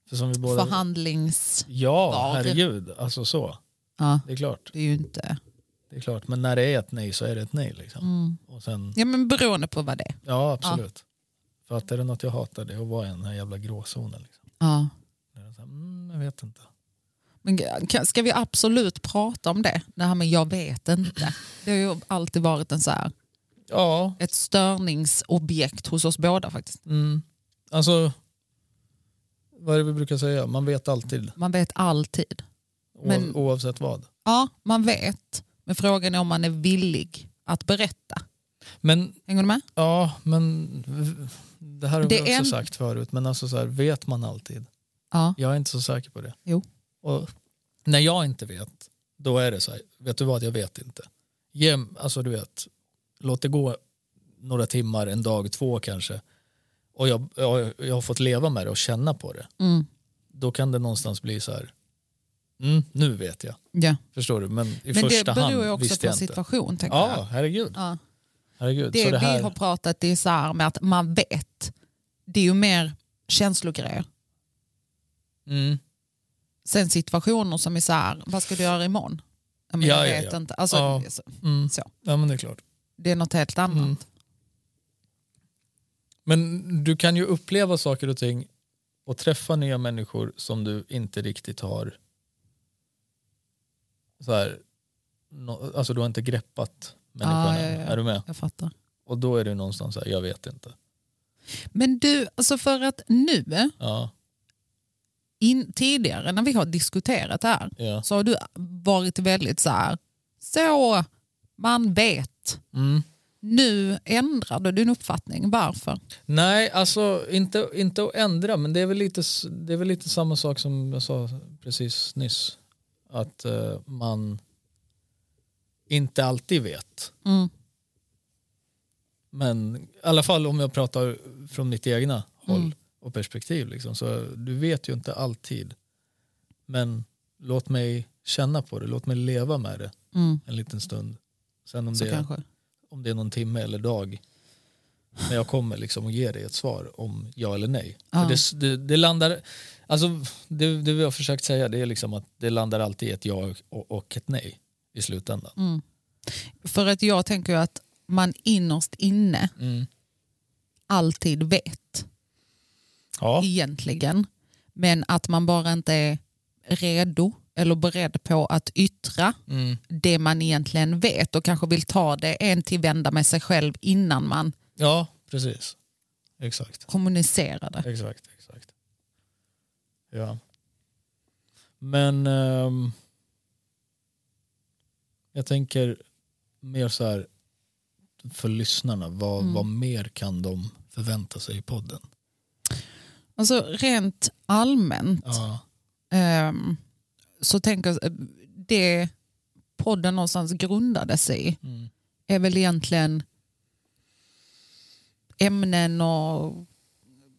B: För som vi båda...
A: förhandlings...
B: Ja,
A: Var.
B: herregud. Alltså så.
A: Ja,
B: Det är klart.
A: det är ju inte...
B: Det är klart. Men när det är ett nej så är det ett nej liksom.
A: Mm.
B: Och sen,
A: Ja, men beroende på vad det är.
B: ja absolut. För att är det något jag hatar det är att vara i den här jävla gråzonen. Liksom.
A: Ja.
B: När det är så här, mm, jag vet inte.
A: Men kan- ska vi absolut prata om det? Det här med jag vet inte. Det har ju alltid varit en så här,
B: Ja,
A: ett störningsobjekt hos oss båda faktiskt.
B: mm. alltså vad är det vi brukar säga? Man vet alltid
A: Man vet alltid.
B: o-
A: Men-
B: oavsett vad.
A: Ja, man vet. Men frågan är om man är villig att berätta.
B: Men
A: Hänger du med?
B: ja, men v- det här har
A: Det
B: vi också
A: är en-
B: sagt förut. Men alltså så här, vet man alltid?
A: Ja.
B: Jag är inte så säker på det.
A: Jo.
B: Och när jag inte vet, då är det så här, vet du vad, jag vet inte. Ge, alltså du vet, låt det gå några timmar, en dag, två kanske. Och jag, jag, jag har fått leva med det och känna på det.
A: Mm.
B: Då kan det någonstans bli så här, mm, nu vet jag.
A: ja.
B: Förstår du? Men i
A: Men det
B: första hand
A: beror ju också
B: visste
A: på
B: jag inte.
A: situation. Tänker
B: Ja,
A: jag.
B: herregud.
A: Ja.
B: herregud.
A: Det,
B: så det här,
A: vi har pratat det är så här med att man vet. Det är ju mer känslogrejer.
B: mm,
A: Sen situationer som är så här, vad ska du göra imorgon? Ja, men
B: Ja,
A: jag
B: ja,
A: vet
B: ja.
A: inte. Alltså,
B: Ja.
A: det är så-
B: mm.
A: Så.
B: Ja, men det är klart.
A: Det är något helt annat.
B: Mm. Men du kan ju uppleva saker och ting och träffa nya människor som du inte riktigt har så här, nå- alltså du har inte greppat människan
A: Ah, ja,
B: än.
A: ja.
B: Är du med?
A: Jag fattar.
B: Och då är det ju någonstans så här, jag vet inte.
A: Men du, alltså för att nu,
B: Ja,
A: in, tidigare när vi har diskuterat det här,
B: ja.
A: så har du varit väldigt så här, så man vet.
B: Mm.
A: Nu ändrar du din uppfattning, varför?
B: Nej, alltså inte, inte att ändra, men det är, väl lite, s- det är väl lite samma sak som jag sa precis nyss. Att eh, man inte alltid vet.
A: Mm.
B: Men i alla fall om jag pratar från mitt egna
A: Mm.
B: håll och perspektiv. Liksom, så du vet ju inte alltid. Men låt mig känna på det, låt mig leva med det
A: Mm.
B: en liten stund. Sen om,
A: Så
B: det,
A: kanske.
B: om det är någon timme eller dag när jag kommer liksom och ger dig ett svar om ja eller nej.
A: Ja.
B: För det, det, det landar, alltså det, det vi har försökt säga det är liksom att det landar alltid i ett ja och, och ett nej i slutändan.
A: Mm. För att jag tänker ju att man innerst inne
B: Mm.
A: alltid vet
B: Ja.
A: egentligen. Men att man bara inte är redo eller beredd på att yttra
B: Mm.
A: det man egentligen vet och kanske vill ta det en till vända med sig själv innan man
B: ja, precis. Exakt.
A: kommunicerar det.
B: Exakt, exakt. Ja. Men ehm, jag tänker mer så här för lyssnarna, vad,
A: Mm.
B: vad mer kan de förvänta sig i podden?
A: Alltså rent allmänt
B: Ja,
A: ehm, så tänker jag eh, det podden någonstans grundades i
B: mm.
A: är väl egentligen ämnen och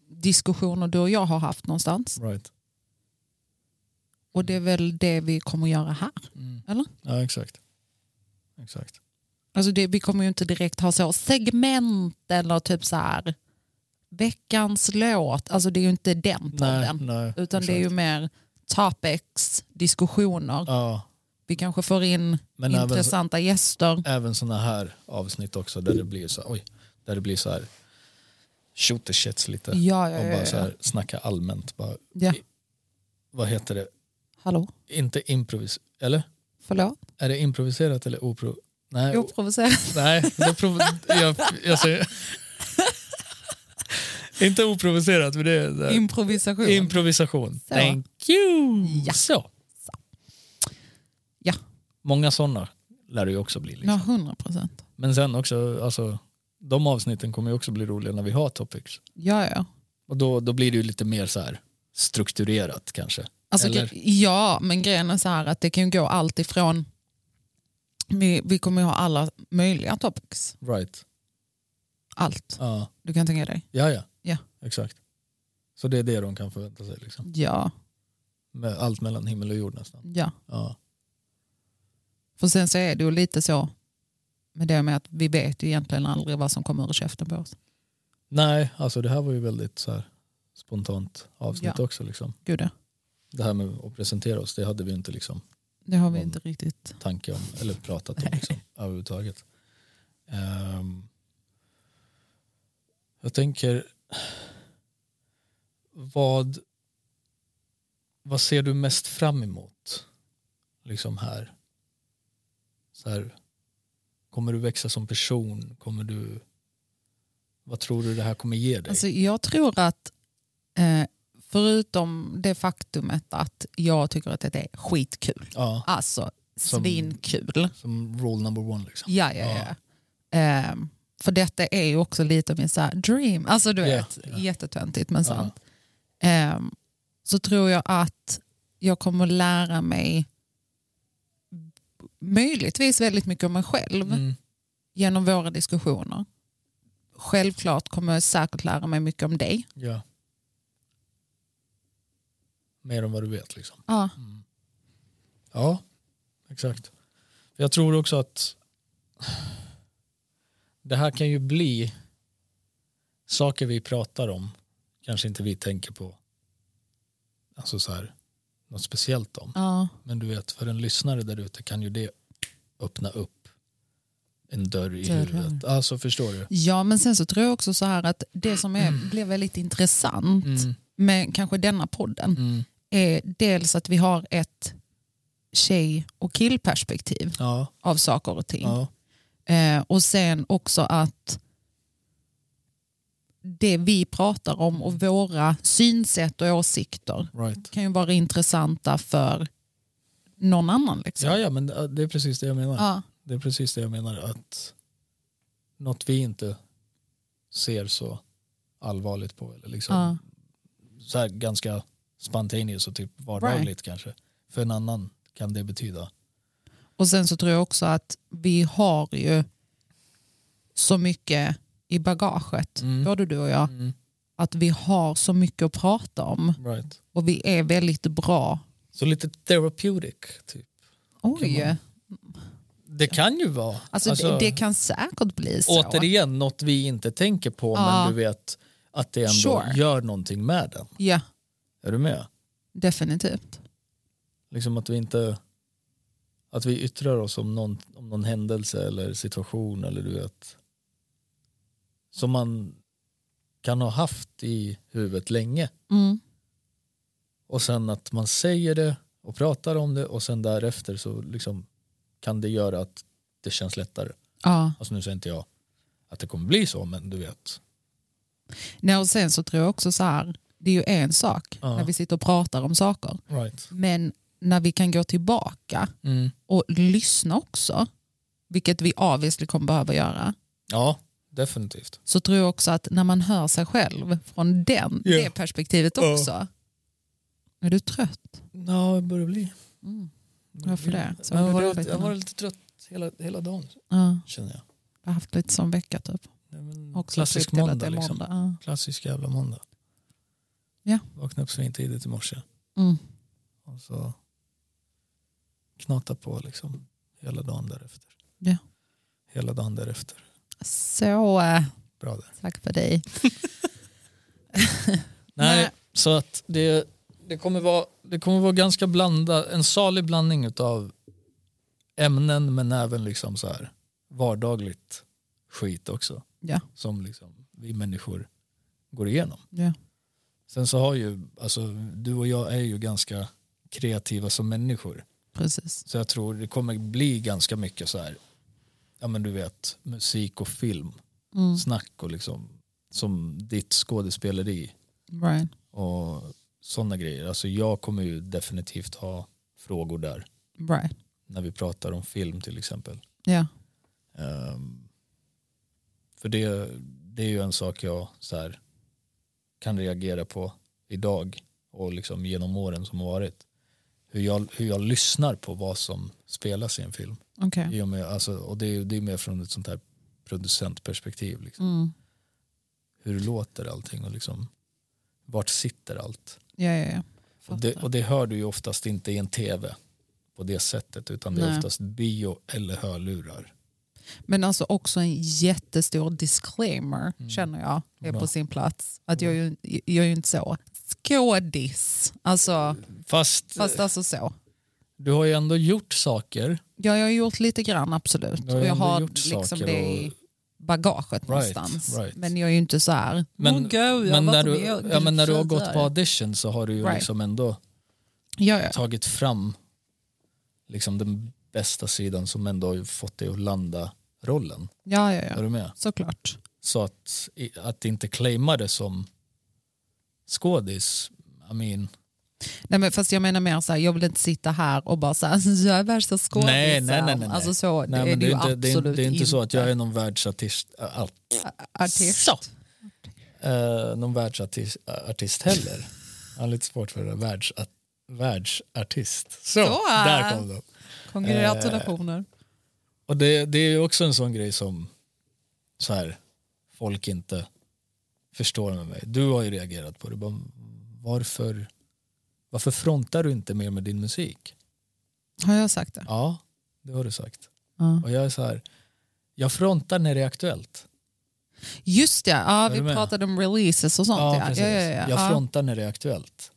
A: diskussioner du och jag har haft någonstans.
B: right.
A: Och det är väl det vi kommer att göra här.
B: Mm.
A: Eller?
B: Ja, exakt. Exakt.
A: Alltså det, vi kommer ju inte direkt ha så segment eller typ så här veckans låt. Alltså det är ju inte den
B: Nej,
A: podden.
B: nej,
A: Utan
B: exakt.
A: det är ju mer topics, diskussioner.
B: Ja,
A: Vi kanske får in
B: men även,
A: intressanta gäster.
B: även sådana här avsnitt också där det blir så här, oj, där det blir så här shoot the shits lite.
A: Ja, ja,
B: Och
A: ja.
B: bara så
A: ja.
B: här snacka allmänt. Bara,
A: ja.
B: vad heter det?
A: Hallå?
B: Inte improvis... Eller?
A: Förlåt?
B: Är det improviserat eller opro... Nej, o-
A: Oprovocerat?
B: nej då prov... jag, jag säger... inte oproviserat, men det är så här- liksom.
A: Improvisation?
B: improvisation.
A: Så.
B: Thank you!
A: Ja.
B: Så.
A: Ja.
B: Många sådana lär det ju också bli. Liksom.
A: Ja, hundra procent.
B: Men sen också, alltså, de avsnitten kommer ju också bli roliga när vi har topics.
A: Ja, ja.
B: Och då, då blir det ju lite mer så här strukturerat kanske.
A: Alltså,
B: Eller?
A: gre- Ja, men grejen är så här att det kan ju gå allt ifrån... Vi, vi kommer ju ha alla möjliga topics.
B: Right.
A: Allt
B: Ja,
A: du kan tänka dig.
B: ja. ja.
A: Ja.
B: Exakt. Så det är det de kan förvänta sig. Liksom.
A: Ja,
B: Med allt mellan himmel och jord nästan.
A: ja.
B: Ja.
A: För sen så är det ju lite så med det med att vi vet ju egentligen aldrig vad som kommer ur käften på oss.
B: Nej, alltså det här var ju väldigt så här, spontant avsnitt
A: Ja.
B: också. Liksom.
A: Gud ja.
B: Det här med att presentera oss, det hade vi inte liksom,
A: Det har vi
B: Mm.
A: inte riktigt.
B: tanke om eller pratat om liksom, överhuvudtaget. Ehm, jag tänker, vad, vad ser du mest fram emot? Liksom här. Så här. Kommer du växa som person? Kommer du, vad tror du det här kommer ge dig?
A: Alltså, jag tror att eh, förutom det faktumet att jag tycker att det är skitkul,
B: ja,
A: alltså
B: Som-
A: svinkul.
B: som rule number one. Liksom.
A: Ja, ja, ja. Ehm, för detta är ju också lite av min så här dream, alltså du
B: Ja,
A: vet,
B: ja.
A: jättetöntigt men
B: Ja.
A: sant. Ehm, så tror jag att jag kommer lära mig möjligtvis väldigt mycket om mig själv
B: Mm,
A: genom våra diskussioner. Självklart kommer jag säkert lära mig mycket om dig.
B: ja. Mer än vad du vet liksom.
A: Ja,
B: Ja, exakt. Jag tror också att det här kan ju bli saker vi pratar om, kanske inte vi tänker på alltså så här, något speciellt om.
A: ja,
B: Men du vet, för en lyssnare där ute kan ju det öppna upp en dörr i
A: Dörrar.
B: huvudet. Alltså förstår du?
A: ja men sen så tror jag också så här att det som är, blev väldigt intressant
B: Mm,
A: med kanske denna podden
B: mm,
A: är dels att vi har ett tjej och killperspektiv
B: ja,
A: av saker och ting.
B: ja,
A: Eh, och sen också att det vi pratar om och våra synsätt och åsikter
B: right.
A: kan ju vara intressanta för någon annan. Liksom.
B: Ja, ja, men det det är precis det jag menar.
A: Ja.
B: Det är precis det jag menar. att Något vi inte ser så allvarligt på. Eller liksom,
A: Ja.
B: så här ganska spontaneous och typ vardagligt kanske. För en annan kan det betyda.
A: Och sen så tror jag också att vi har ju så mycket i bagaget,
B: Mm.
A: både du och jag, att vi har så mycket att prata om
B: Right.
A: och vi är väldigt bra.
B: Så lite therapeutic. Typ.
A: Oj,
B: Kan man- Det kan ju vara.
A: Alltså, det, det kan säkert bli så.
B: Återigen något vi inte tänker på
A: Ja.
B: men du vet att det ändå
A: Sure.
B: gör någonting med den.
A: Ja,
B: Är du med?
A: definitivt.
B: Liksom att vi inte att vi yttrar oss om någon, om någon händelse eller situation eller du vet som man kan ha haft i huvudet länge
A: Mm.
B: och sen att man säger det och pratar om det och sen därefter så liksom kan det göra att det känns lättare.
A: Ja.
B: Alltså nu säger inte jag att det kommer bli så men du vet.
A: Nej, och sen så tror jag också så här, det är ju en sak
B: Ja.
A: när vi sitter och pratar om saker,
B: Right.
A: men när vi kan gå tillbaka
B: Mm.
A: och lyssna också, vilket vi obviously kommer behöva göra,
B: Ja, definitivt.
A: så tror jag också att när man hör sig själv från den,
B: Ja.
A: det perspektivet
B: Ja.
A: också. Är du trött?
B: Ja, jag börjar bli.
A: Mm. Varför det? Så
B: jag
A: du
B: har
A: dåligt
B: varit, jag har
A: idag?
B: varit lite trött hela, hela dagen
A: Ja,
B: känner jag.
A: jag har haft lite sån vecka typ.
B: Ja, men
A: Också
B: klassisk
A: typ till att det
B: måndag,
A: är
B: liksom.
A: måndag.
B: Klassisk jävla måndag.
A: Ja.
B: Vaknade upp svintidigt i morse.
A: Ja. Mm.
B: Och så knata på liksom hela dagen därefter.
A: Ja.
B: Hela dagen därefter.
A: Så, eh,
B: Bra där.
A: tack för dig.
B: Nej,
A: Nej.
B: så att det, det, kommer vara, det kommer vara ganska blanda, en salig blandning av ämnen men även liksom så här vardagligt skit också.
A: Ja.
B: Som liksom vi människor går igenom.
A: Ja.
B: Sen så har ju, alltså du och jag är ju ganska kreativa som människor.
A: Precis.
B: Så jag tror det kommer bli ganska mycket så här, ja men du vet, musik och film,
A: Mm.
B: snack och liksom, som ditt skådespeleri
A: Right.
B: och sådana grejer. Alltså jag kommer ju definitivt ha frågor där
A: Right.
B: när vi pratar om film till exempel.
A: Ja.
B: Ehm, för det, det är ju en sak jag så här, kan reagera på idag och liksom genom åren som har varit. Hur jag, hur jag lyssnar på vad som spelas i en film.
A: Okej.
B: I och, med, alltså, och det, är, det är mer från ett sånt här producentperspektiv. Liksom.
A: Mm.
B: Hur låter allting och liksom, vart sitter allt?
A: Ja, ja, ja.
B: Och det,
A: Fattar.
B: och det hör du ju oftast inte i en tv på det sättet utan det är
A: Nej.
B: oftast bio eller hörlurar.
A: Men alltså också en jättestor disclaimer
B: Mm.
A: känner jag är
B: Bra.
A: på sin plats. Att jag, är ju, jag är ju inte så skådis. Alltså,
B: Eh, Fast,
A: fast alltså så.
B: du har ju ändå gjort saker.
A: Ja, jag har gjort lite grann absolut.
B: Du har
A: Och jag
B: ändå
A: har
B: gjort
A: liksom
B: saker
A: det i bagaget någonstans.
B: right.
A: Men jag är ju inte så här.
B: Men-
A: "Åh, gud, jag har
B: Men när,
A: varit
B: du,
A: med och
B: ja, men när du har
A: blivit
B: gått på
A: friare."
B: audition så har du ju
A: Right.
B: liksom ändå
A: Ja, ja.
B: tagit fram liksom den bästa sidan som ändå har ju fått dig att landa rollen.
A: ja, ja,
B: Är
A: ja.
B: du med?
A: Såklart.
B: Så att, i- att inte claima det som skådis, I mean,
A: Nej, men fast jag menar mer så här, jag vill inte sitta här och bara så här, jag är värsta skådisen.
B: Nej, nej, nej, nej, nej.
A: Alltså så,
B: nej,
A: det är
B: men
A: det ju
B: är inte, det, är,
A: absolut
B: inte- det är inte så att jag är någon världsartist. äh, allt.
A: artist.
B: Så. Eh, någon världsartist artist heller. Jag har lite svårt för det. där. Världsart, världsartist. Så,
A: Så.
B: där kom de. Eh.
A: Congratulationer.
B: Och det, det är ju också en sån grej som så här, folk inte förstår med mig. Du har ju reagerat på det. Bara, varför, varför frontar du inte mer med din musik?
A: Har jag sagt det?
B: Ja, det har du sagt.
A: Ja.
B: Och jag är så här, jag frontar när det är aktuellt.
A: Just det, ja,
B: Är
A: vi
B: du med?
A: pratade om releases och sånt. Ja, ja.
B: precis.
A: Ja, ja,
B: Jag
A: ja.
B: frontar när det är aktuellt.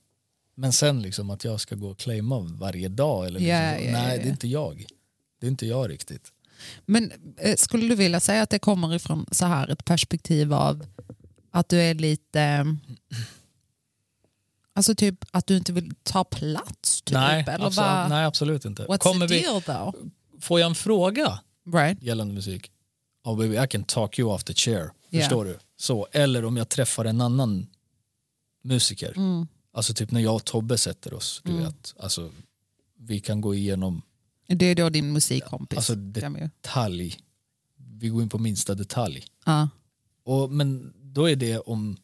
B: Men sen liksom att jag ska gå och claima varje dag. Eller
A: Ja,
B: liksom,
A: ja, ja, ja.
B: nej,
A: Typ
B: det är inte jag. Det är inte jag riktigt.
A: Men eh, skulle du vilja säga att det kommer ifrån så här ett perspektiv av att du är lite... eh, Alltså typ att du inte vill ta plats? Typ,
B: nej,
A: eller
B: absolut,
A: vad,
B: nej, absolut inte.
A: What's
B: Kommer
A: the
B: vi,
A: deal though?
B: får jag en fråga
A: Right?
B: gällande musik? Oh baby, I can talk you off the chair.
A: Ja.
B: Förstår du? Så, eller om jag träffar en annan musiker.
A: Mm.
B: Alltså typ när jag och Tobbe sätter oss. Du
A: Mm.
B: vet, alltså, vi kan gå igenom
A: Det är då din musikkompis.
B: Alltså, det-
A: kan man ju-
B: detalj. Vi går in på minsta detalj.
A: ja.
B: Och, men då är det om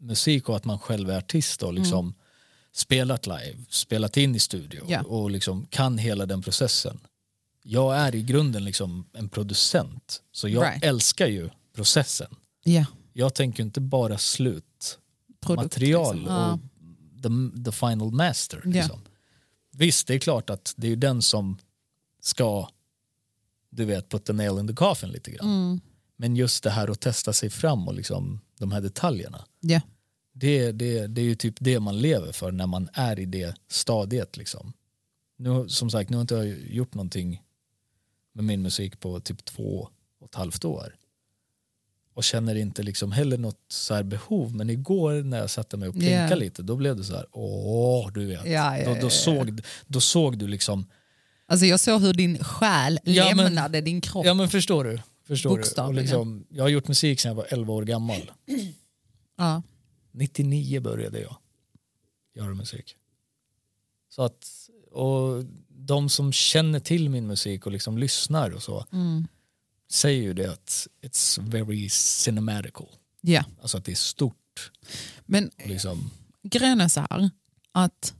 B: musik och att man själv är artist och liksom spelat live, spelat in i studio
A: Mm. Ja.
B: och liksom kan hela den processen. Jag är i grunden liksom en producent så jag
A: Right.
B: älskar ju processen.
A: Ja,
B: Jag tänker inte bara slut,
A: produkt,
B: material
A: liksom.
B: och
A: Ja.
B: the, the final master.
A: Ja.
B: Liksom. Visst, det är klart att det är ju den som ska du vet, put the nail in the coffin lite grann.
A: Mm.
B: Men just det här att testa sig fram och liksom de här detaljerna.
A: Ja.
B: Det, det, det är ju typ det man lever för när man är i det stadiet. Liksom. Nu, som sagt, nu har inte jag gjort någonting med min musik på typ två och ett halvt år. Och känner inte liksom heller något så här behov. Men igår när jag satte mig och plinkade
A: Ja.
B: lite, då blev det så här, åh, du vet.
A: Ja, ja,
B: då,
A: ja,
B: då,
A: ja.
B: såg, då såg du liksom,
A: Alltså jag såg hur din själ
B: Ja, men-
A: lämnade din kropp.
B: ja men förstår du? Förstår du? Och
A: Bokstavligen.
B: liksom, jag har gjort musik sedan jag var 11 år gammal.
A: Ja.
B: 99 började jag göra musik. Så att, och de som känner till min musik och liksom lyssnar och så
A: Mm.
B: säger ju det att it's very cinematical.
A: ja.
B: Alltså att det är stort.
A: Men
B: Och liksom,
A: grejen är så här att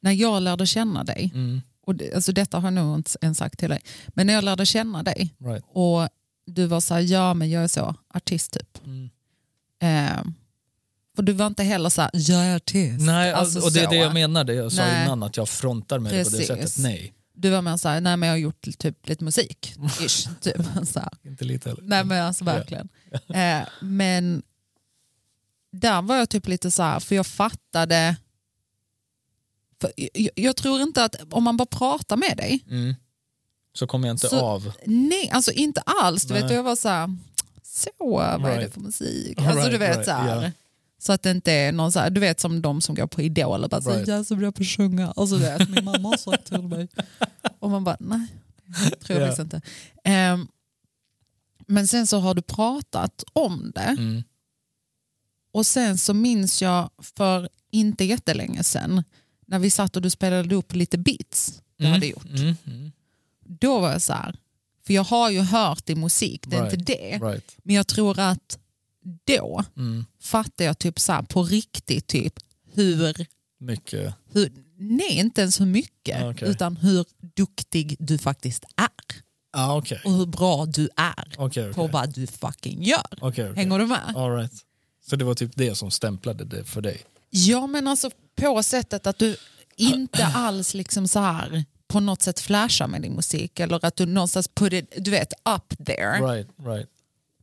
A: när jag lärde känna dig,
B: mm,
A: och det, alltså detta har jag nog inte ens sagt till dig, men när jag lärde känna dig
B: right.
A: och du var så här, ja men jag är så artist typ.
B: Mm,
A: Eh, För du var inte heller så här, jag är artist.
B: Nej,
A: alltså
B: och det är
A: så.
B: det jag menar, det jag sa
A: Nej.
B: innan, att jag frontar med det
A: Precis.
B: på det sättet. Nej,
A: Du var mer så här, nej men jag har gjort typ lite musik. Ish, typ. så här.
B: inte lite heller.
A: Nej men alltså verkligen. Eh, men där var jag typ lite så här, för jag fattade. För jag, jag tror inte att om man bara pratar med dig,
B: Mm. Så kommer jag inte
A: Så-
B: av.
A: nej alltså inte alls. Du vet
B: Nej.
A: jag var så här, så vad är det
B: Right.
A: för musik?
B: All
A: Alltså du
B: right,
A: vet
B: right,
A: så här.
B: yeah.
A: Så att det inte är någon så här, du vet som de som går på Idol och bara så
B: Right.
A: jag är så bra på att sjunga. Alltså du vet, min mamma har sagt till mig. Och man bara, nej, det tror jag
B: Ja.
A: faktiskt inte. Ehm, men sen så har du pratat om det.
B: Mm.
A: Och sen så minns jag för inte jättelänge sen när vi satt och du spelade upp lite beats du
B: Mm.
A: hade gjort.
B: Mm. Mm.
A: Då var jag så här, för jag har ju hört din musik, det är
B: Right.
A: inte det.
B: Right.
A: Men jag tror att då
B: Mm.
A: fattade jag typ så här, på riktigt typ hur,
B: Mycket.
A: hur, nej inte ens hur mycket,
B: Ah, okej.
A: utan hur duktig du faktiskt är.
B: Ah, Okej,
A: Och hur bra du är
B: Ah, okej.
A: på
B: okej.
A: vad du fucking gör.
B: Okej, Ah. okej.
A: Hänger du med?
B: All right. Så det var typ det som stämplade det för dig?
A: Ja, men alltså på sättet att du inte alls liksom så här på något sätt flashar med din musik eller att du någonstans put it, du vet, up there.
B: Right, right.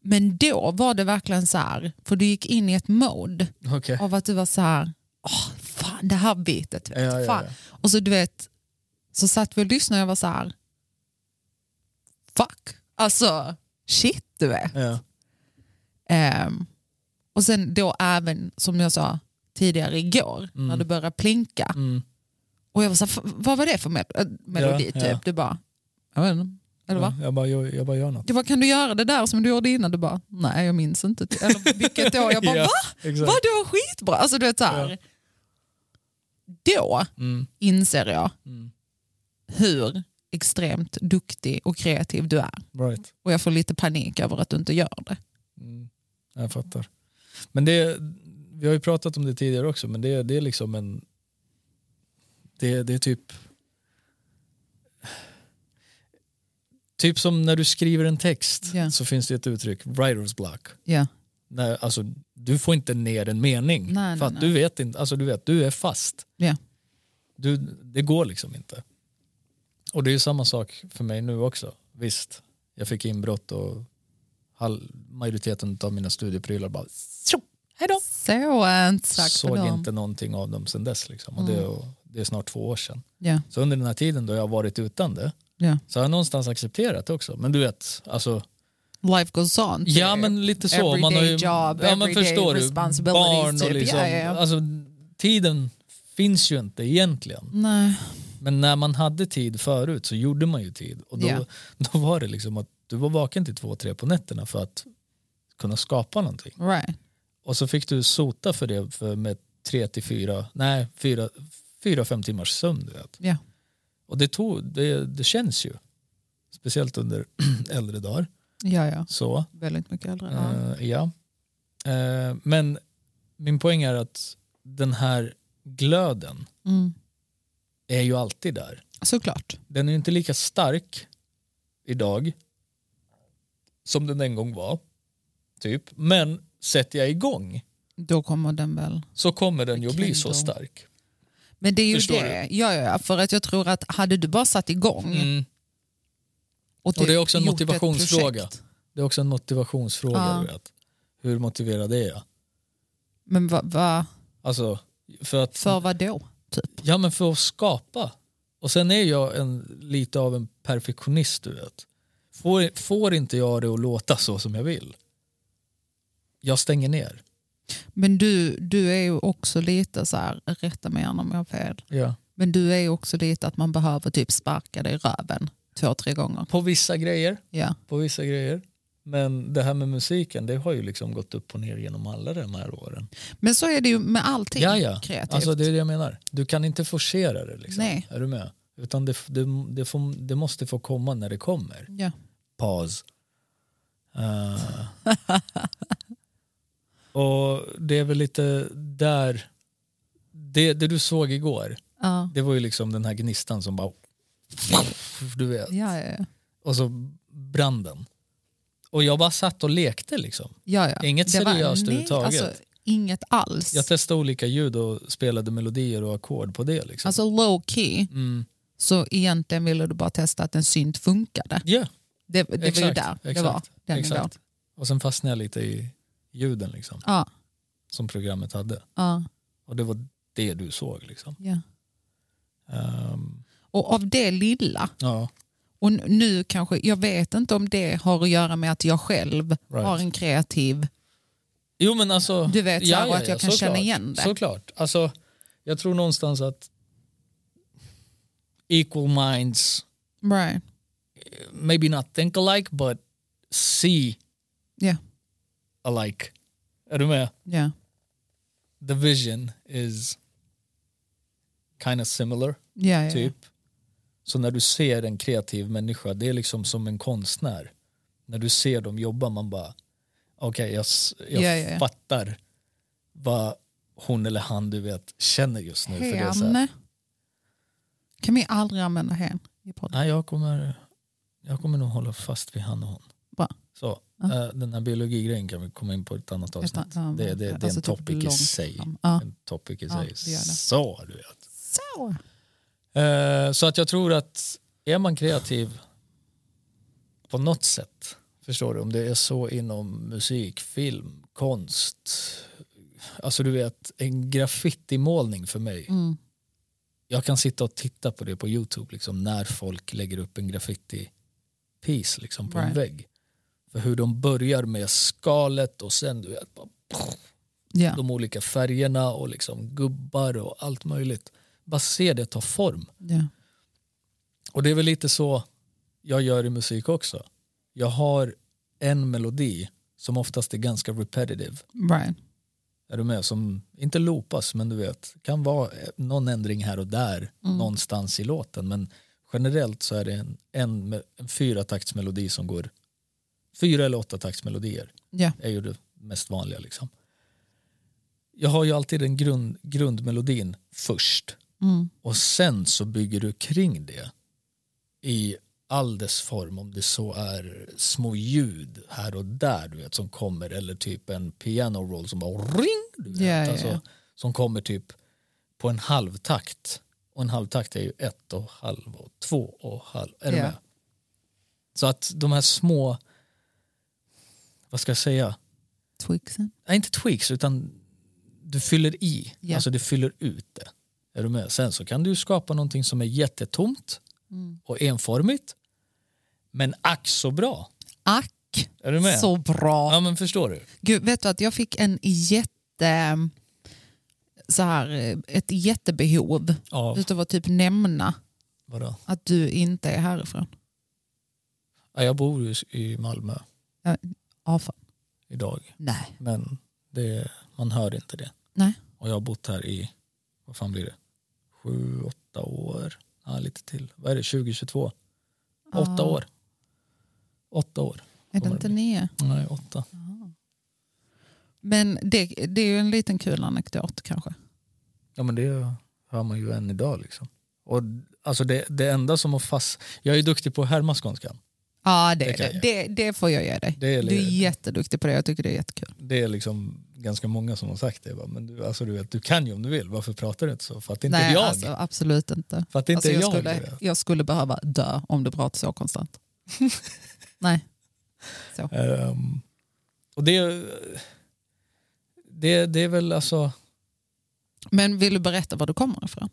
A: Men då var det verkligen så här, för du gick in i ett mode
B: Okej.
A: av att du var så här, åh, fan det här beatet, vet,
B: Ja, ja,
A: fan.
B: ja.
A: Och så du vet, så satt vi och lyssnade och jag var så här, fuck, alltså shit du vet.
B: Ja.
A: Ehm, och sen då även, som jag sa tidigare igår, när du började plinka.
B: Mm.
A: Och jag var så här, "F- vad var det för med- äh, melodi?
B: Ja,
A: typ?
B: ja.
A: Du bara, jag vet inte. Eller va?
B: Jag, bara, jag, jag bara gör något.
A: Du bara, kan du göra det där som du gjorde innan? Du bara, nej jag minns inte. Eller vilket då? Jag bara,
B: Ja,
A: va?
B: Exakt.
A: Vadå skitbra? Alltså du vet så här.
B: Ja.
A: Då
B: Mm.
A: inser jag
B: Mm.
A: hur extremt duktig och kreativ du är.
B: Right.
A: Och jag får lite panik över att du inte gör det.
B: Mm, jag fattar. Men det, vi har ju pratat om det tidigare också, men det, det är liksom en... Det, det är typ... Typ som när du skriver en text
A: Ja.
B: så finns det ett uttryck, writer's block.
A: Ja,
B: När, alltså, du får inte ner en mening.
A: Nej, nej,
B: för att
A: nej.
B: du vet inte, alltså du vet, du är fast.
A: Ja.
B: Du, det går liksom inte. Och det är ju samma sak för mig nu också. Visst, jag fick inbrott och all, majoriteten av mina studieprylar bara
A: hejdå. Så äh, tack
B: såg
A: för dem. Mm.
B: inte någonting av dem sedan dess. Liksom. Och det, och det är snart två år sedan.
A: Ja,
B: Så under den här tiden då jag har varit utan det
A: ja.
B: så har jag någonstans accepterat det också. Men du vet, alltså
A: Life goes on.
B: Ja
A: typ.
B: men lite så.
A: Everyday
B: Man har ju,
A: job,
B: ja, men
A: everyday
B: förstår du,
A: responsibilities,
B: barn och
A: typ.
B: liksom,
A: Ja, ja, ja.
B: Alltså, tiden finns ju inte egentligen.
A: Nej.
B: Men när man hade tid förut så gjorde man ju tid. Och då,
A: Ja.
B: då var det liksom att du var vaken till två, tre på nätterna för att kunna skapa någonting.
A: Right.
B: Och så fick du sota för det för med tre till fyra, nej fyra, fyra fem timmars sömn. Du vet.
A: Ja.
B: Och det, tog, det, det känns ju. Speciellt under äldre dagar.
A: Ja, ja.
B: Så.
A: Väldigt mycket äldre. Ja.
B: Eh, ja. Eh, men min poäng är att den här glöden
A: Mm.
B: är ju alltid där.
A: Såklart.
B: Den är ju inte lika stark idag som den en gång var. Typ. Men sätter jag igång
A: Då kommer den väl.
B: så kommer den ju att bli så
A: Kindle.
B: stark.
A: Men det är ju
B: Förstår
A: det. Ja, ja, ja, för att jag tror att hade du bara satt igång
B: Mm.
A: och, typ
B: Och det är också en
A: gjort ett
B: motivationsfråga.
A: projekt.
B: Det är också en motivationsfråga.
A: Ja.
B: Du vet. Hur motiverad är jag?
A: Men va, va,
B: Alltså, för att
A: för vad då? Typ.
B: Ja men för att skapa. Och sen är jag en, lite av en perfektionist du vet. Får, får inte jag det att låta så som jag vill. Jag stänger ner.
A: Men du, du är ju också lite så här, rätta mig gärna om jag har fel,
B: Ja.
A: men du är ju också lite att man behöver typ sparka dig i röven två, tre gånger.
B: På vissa grejer.
A: Ja,
B: På vissa grejer. Men det här med musiken det har ju liksom gått upp och ner genom alla de här åren.
A: men så är det ju med allting
B: Ja, ja.
A: kreativt.
B: Alltså det är det jag menar. Du kan inte forcera det liksom.
A: Nej.
B: Är du med? Utan det, det, det, får, det måste få komma när det kommer.
A: ja.
B: paus. Eh, och det är väl lite där, det, det du såg igår,
A: Ja.
B: det var ju liksom den här gnistan som bara, du vet,
A: Ja, ja, ja.
B: och så brann den. Och jag bara satt och lekte liksom.
A: ja, ja.
B: Inget seriöst överhuvudtaget.
A: alltså, inget alls.
B: Jag testade olika ljud och spelade melodier och ackord på det. Liksom.
A: Alltså low key,
B: Mm.
A: så egentligen ville du bara testa att en synt funkade.
B: Ja,
A: Det, det var ju
B: Exakt,
A: där det
B: exakt,
A: var. Den nivån.
B: exakt. Och sen fastnade jag lite i ljuden liksom,
A: Ja,
B: som programmet hade.
A: ja,
B: Och det var det du såg. Liksom.
A: ja.
B: Ehm,
A: Och av det lilla,
B: ja,
A: och n- nu kanske, jag vet inte om det har att göra med att jag själv har
B: right.
A: en kreativ,
B: Jo men alltså...
A: du vet, så här, och att jag kan
B: såklart.
A: känna igen det.
B: Såklart. Alltså, jag tror någonstans att equal minds
A: Right.
B: maybe not think alike but see
A: Yeah.
B: alike. Är du med?
A: Yeah.
B: The vision is kind of similar
A: Ja, ja, ja.
B: typ. Så när du ser en kreativ människa, det är liksom som en konstnär. När du ser dem jobba, man bara okej jag, s-
A: Ja,
B: jag
A: ja, ja.
B: fattar vad hon eller han du vet känner just nu. För det är så här,
A: Hen. Kan vi aldrig använda hen i podden?
B: nej, jag, kommer, jag kommer nog hålla fast vid han och hon.
A: Bra.
B: Så,
A: Ja.
B: eh, den här biologigrejen kan vi komma in på i ett annat avsnitt.
A: Ett annat-
B: det, det, det är
A: alltså
B: en
A: typ
B: topic i
A: långt
B: sig.
A: fram. Ja.
B: En topic i
A: Ja,
B: sig.
A: det gör det.
B: Så du vet.
A: Så.
B: Eh, Så att jag tror att är man kreativ på något sätt, förstår du, om det är så inom musik, film, konst, alltså du vet en graffitimålning för mig,
A: Mm.
B: jag kan sitta och titta på det på YouTube liksom, när folk lägger upp en graffiti piece liksom, på en
A: Right.
B: vägg. För hur de börjar med skalet och sen du vet, bara,
A: Ja.
B: de olika färgerna och liksom, gubbar och allt möjligt. Bara se det ta form.
A: Ja.
B: Och det är väl lite så jag gör i musik också. Jag har en melodi som oftast är ganska repetitive.
A: Right.
B: Är du med? Som inte loopas men du vet, kan vara eh, någon ändring här och där
A: Mm.
B: någonstans i låten. Men generellt så är det en, en, me- en fyrataktsmelodi som går, fyra eller åtta taktsmelodier
A: Ja.
B: är ju det mest vanliga liksom. Jag har ju alltid den grund, grundmelodin först.
A: Mm.
B: Och sen så bygger du kring det i all dess form, om det så är små ljud här och där du vet, som kommer eller typ en piano roll som bara ring, du vet,
A: Ja, ja, ja.
B: Alltså, som kommer typ på en halvtakt. Och en halvtakt är ju ett och halv och två och halv. Är du
A: Ja.
B: med? Så att de här små, vad ska jag säga,
A: Twixen.
B: Nej, inte tweaks, utan du fyller i.
A: Ja.
B: Alltså du fyller ut det. Är du med? Sen så kan du skapa någonting som är jättetomt
A: Mm.
B: och enformigt. Men ack så bra.
A: Ack,
B: Är du med?
A: Ah, så bra.
B: Ja men förstår du.
A: Gud, vet du att jag fick en jätte... Så här, ett jättebehov
B: Ja,
A: utav att typ nämna
B: vadå?
A: att du inte är härifrån.
B: Ja, jag bor ju i Malmö
A: Ja, fan.
B: idag.
A: Nej.
B: Men det, man hör inte det.
A: Nej.
B: Och jag har bott här i, vad fan blir det? Sju, åtta år. Ja, lite till. Vad är det? 2022? Åtta
A: Ja.
B: år. Åtta år.
A: Är det inte nio?
B: Nej, åtta.
A: Men det, det är ju en liten kul anekdot kanske.
B: Ja men det hör man ju än idag liksom. Och alltså det, det enda som har fast... Jag är ju duktig på att härma skånskan.
A: Ja, det,
B: Det
A: är
B: kan
A: det,
B: jag.
A: det, det får jag ge dig.
B: Det är,
A: Du är jätteduktig på det, jag tycker det är jättekul.
B: det är liksom ganska många som har sagt det. Va? Men du, alltså, du, vet, du kan ju om du vill, varför pratar du inte så? För att inte
A: Nej,
B: jag.
A: alltså, absolut inte.
B: för att inte
A: Alltså, jag,
B: jag. du vet.
A: skulle, jag skulle behöva dö om du pratar så konstant. Nej.
B: Ehm, och det, det, det är väl alltså
A: Men vill du berätta var du kommer ifrån?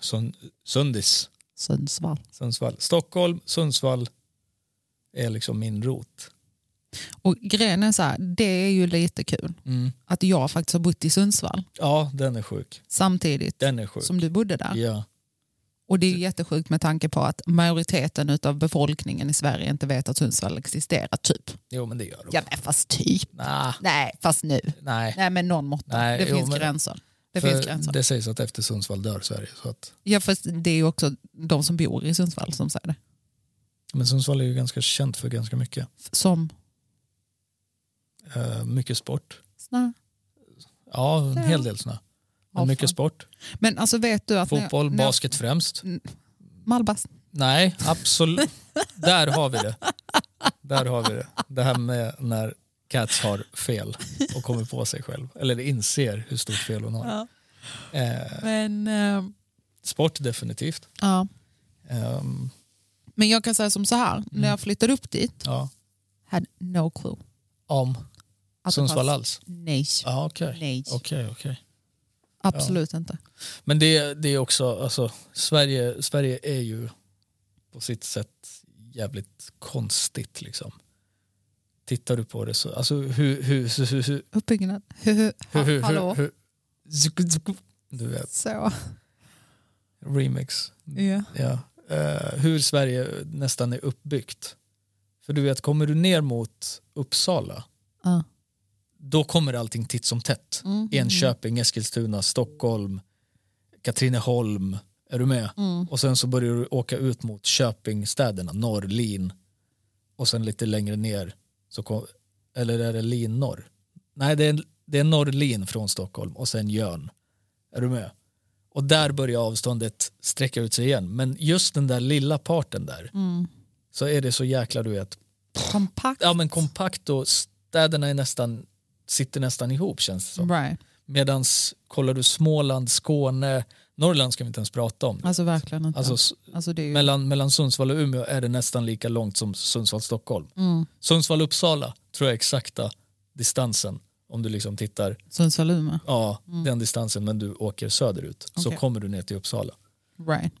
B: Sun, Sundis,
A: Sundsvall.
B: Sundsvall. Stockholm, Sundsvall är liksom min rot.
A: Och grejen är så här, det är ju lite kul att jag faktiskt har bott i Sundsvall
B: Ja, den är sjuk.
A: samtidigt
B: Den är sjuk.
A: som du bodde där.
B: Ja.
A: Och det är ju jättesjukt med tanke på att majoriteten av befolkningen i Sverige inte vet att Sundsvall existerar, typ.
B: Jo men det gör de.
A: Ja, men fast typ.
B: Nah,
A: Nej, fast nu.
B: nej.
A: Nej, men någon måtta.
B: Nej,
A: det
B: jo,
A: finns
B: men-
A: gränser. Det
B: För
A: finns gränser.
B: det sägs att efter Sundsvall dör Sverige. Så att,
A: Ja, fast det är ju också de som bor i Sundsvall som säger det.
B: men Sundsvall är ju ganska känt för ganska mycket.
A: Som
B: Eh, mycket sport.
A: snö.
B: Ja, en
A: Ja.
B: hel del sådana. Men
A: Ja, fan.
B: mycket sport.
A: Men alltså vet du att... när jag-
B: Fotboll,
A: när jag-
B: basket främst.
A: Malbas.
B: Nej, absolut. Där har vi det. Där har vi det. Det här med när Cats har fel och kommer på sig själv. Eller inser hur stort fel hon har.
A: Ja.
B: Eh,
A: Men, eh,
B: sport definitivt.
A: ja.
B: Ehm,
A: Men jag kan säga som så här,
B: Mm.
A: när jag flyttade upp dit,
B: ja.
A: hade no clue.
B: Om
A: att det
B: Sundsvall
A: fanns-
B: alls?
A: Nej,
B: Ja, okej.
A: nej.
B: Okej, okej.
A: Absolut inte.
B: Men det, det är också, alltså, Sverige, Sverige är ju på sitt sätt jävligt konstigt. liksom. Tittar du på det så, alltså hur, hur, hur, hur, hur,
A: Uppbyggnad. Hallå?
B: hur, hur, hur, hur zuk, zuk, du vet,
A: Så.
B: remix.
A: Ja.
B: Ja. Eh, hur Sverige nästan är uppbyggt. För du vet, kommer du ner mot Uppsala,
A: Ja.
B: då kommer allting titt som tätt.
A: Mm.
B: Enköping, Eskilstuna, Stockholm, Katrineholm. Är du med?
A: Mm.
B: Och sen så börjar du åka ut mot Köpingstäderna, norr, Lin. Och sen lite längre ner, så kom, eller är det Lin norr? Nej, det är, det är norr Lin från Stockholm och sen Jörn. Är du med? Och där börjar avståndet sträcka ut sig igen. Men just den där lilla parten där,
A: Mm.
B: så är det så jäkla du vet,
A: Kompakt.
B: ja men kompakt och städerna är nästan, sitter nästan ihop känns det som.
A: Right.
B: Medan kollar du Småland, Skåne, Norrland ska vi inte ens prata om.
A: Alltså verkligen inte.
B: Alltså,
A: Alltså,
B: s-
A: det är ju...
B: mellan, mellan Sundsvall och Umeå är det nästan lika långt som Sundsvall-Stockholm.
A: mm.
B: Sundsvall-Uppsala tror jag är exakta distansen om du liksom tittar,
A: Sundsvall Umeå.
B: ja den distansen men du åker söderut så
A: Mm. Okej.
B: kommer du ner till Uppsala.
A: Right.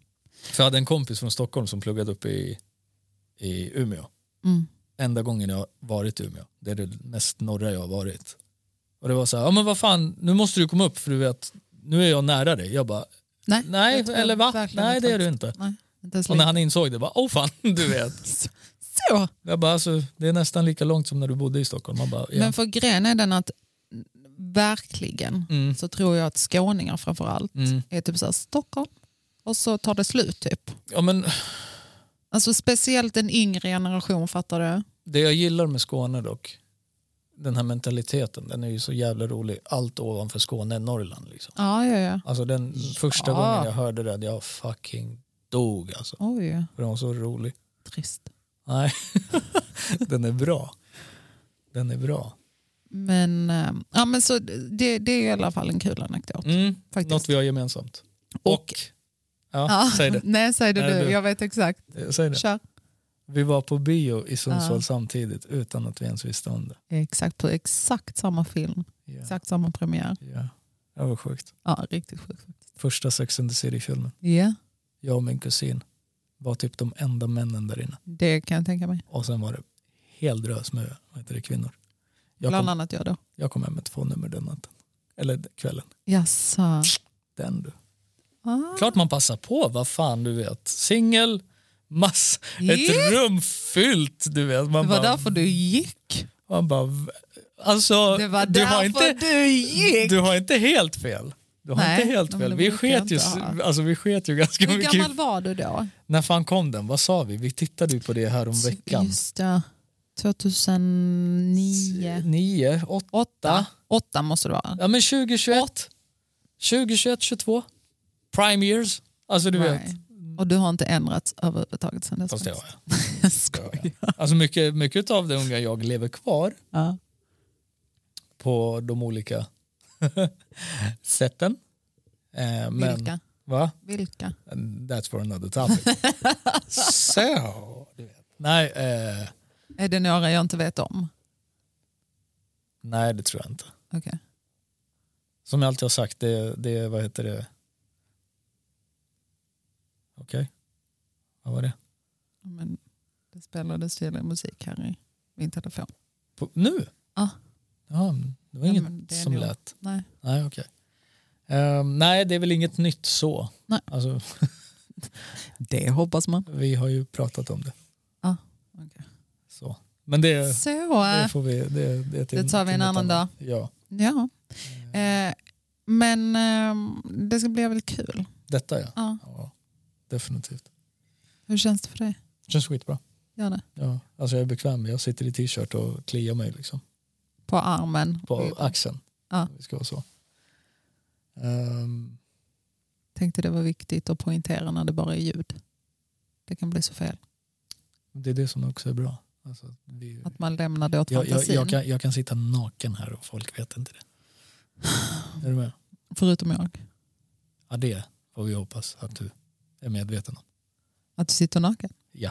B: För jag hade en kompis från Stockholm som pluggade upp i, i Umeå.
A: Mm.
B: Enda gången jag har varit i Umeå, det är det mest norra jag har varit. Och det var så här, ja men vad fan, nu måste du komma upp för du vet, nu är jag nära dig. Jag bara,
A: Nej,
B: nej
A: jag tror
B: eller va?
A: verkligen
B: Nej det är du
A: faktiskt.
B: inte.
A: Nej, inte ens
B: Och när
A: lite.
B: han insåg det, bara, oh fan, du vet.
A: Så.
B: Jag bara, alltså, det är nästan lika långt som när du bodde i Stockholm. Man bara, ja.
A: Men för grejen är den att verkligen
B: mm.
A: så tror jag att skåningar framförallt
B: Mm.
A: är typ så här Stockholm och så tar det slut typ.
B: Ja, men
A: Alltså speciellt en yngre generation fattar du.
B: det jag gillar med Skåne dock, den här mentaliteten, den är ju så jävla rolig. Allt ovanför Skåne är Norrland. Liksom.
A: Ja, ja, ja.
B: Alltså, den första
A: Ja.
B: gången jag hörde det, jag fucking dog alltså.
A: Oj,
B: För den var så rolig.
A: trist.
B: Nej, den är bra. Den är bra.
A: Men, eh, ja, men så det, det är i alla fall en kul anekdot.
B: Mm,
A: Faktiskt.
B: något vi har gemensamt. Och, ja,
A: Ja,
B: säg det.
A: Nej, säg det
B: Nej,
A: du.
B: du.
A: Jag vet exakt.
B: Säg det.
A: Kör.
B: Vi var på bio i Sundsvall
A: Ja.
B: samtidigt utan att vi ens visste om det.
A: Exakt på exakt samma film,
B: Ja.
A: exakt samma premiär.
B: Ja, det var sjukt.
A: Ja, riktigt sjukt.
B: Första Sex and the City-filmen.
A: Ja,
B: Jag och min kusin var typ de enda männen där inne.
A: det kan jag tänka mig.
B: Och sen var det hel drös med vad heter det, kvinnor. Jag
A: Bland
B: kom,
A: annat jag då.
B: jag kom hem med två nummer den natten. Eller kvällen.
A: Jaså.
B: Den du.
A: Ah,
B: Klart man passar på, vad fan du vet. Singel, mass,
A: yeah.
B: ett rum fyllt du vet.
A: Det
B: Man
A: var
B: bara,
A: därför du gick.
B: man bara v- alltså,
A: Det var
B: du
A: därför
B: har inte
A: du gick.
B: Du har inte helt fel. Du har
A: Nej,
B: inte helt
A: men
B: fel.
A: det
B: Vi
A: brukar jag
B: sket, ju,
A: inte ha.
B: alltså, vi sket ju ganska
A: Hur
B: mycket.
A: gammal var du då?
B: När fan kom den? Vad sa vi? Vi tittade ju på det här om veckan.
A: Just det. 2009.
B: Nio, åtta.
A: Åtta. Åtta måste det vara.
B: Ja men 2021. 2021, 22. Prime years. Alltså du vet.
A: Right. Och du har inte ändrats överhuvudtaget sen dess.
B: Fast det har jag.
A: jag skojar.
B: Alltså mycket, mycket av det unga jag lever kvar
A: Ja.
B: på de olika sätten. Eh, men,
A: Vilka?
B: Va?
A: Vilka?
B: And That's for another topic. Så, du vet. Nej, eh,
A: Är det några jag inte vet om?
B: nej, det tror jag inte.
A: Okej.
B: Som jag alltid har sagt, det, det vad heter det? Okej. Vad var det?
A: Men Det spelades tydligen musik här i min telefon.
B: På, nu?
A: Ja.
B: Ja, det var
A: Ja,
B: inget
A: men det är
B: som
A: nog-
B: lät.
A: Nej.
B: Nej, okej. Ehm, nej, det är väl inget nytt så.
A: Nej.
B: Alltså,
A: Det hoppas man.
B: vi har ju pratat om det.
A: Ja, okej.
B: Så. Men det,
A: Så,
B: det får vi... Det, det, är till,
A: Det tar vi en
B: till något
A: annan
B: annat. Ja.
A: ja. Eh, Men eh, det ska bli väldigt kul.
B: Detta ja.
A: Ja.
B: ja. Definitivt.
A: Hur känns det för dig?
B: Känns skitbra.
A: Gör det.
B: Ja. Alltså jag är bekväm, jag sitter i t-shirt och kliar mig liksom.
A: På armen?
B: På axeln.
A: Ja.
B: Det ska vara så. Ehm,
A: Tänkte det var viktigt att poängtera när det bara är ljud. Det kan bli så fel.
B: Det är det som också är bra. Alltså, vi,
A: Att man lämnar det åt
B: jag, jag,
A: fantasin.
B: jag, kan, jag kan sitta naken här och folk vet inte det. Är du med?
A: Förutom jag.
B: Ja, det får vi hoppas att du är medveten om.
A: Att du sitter naken.
B: Ja,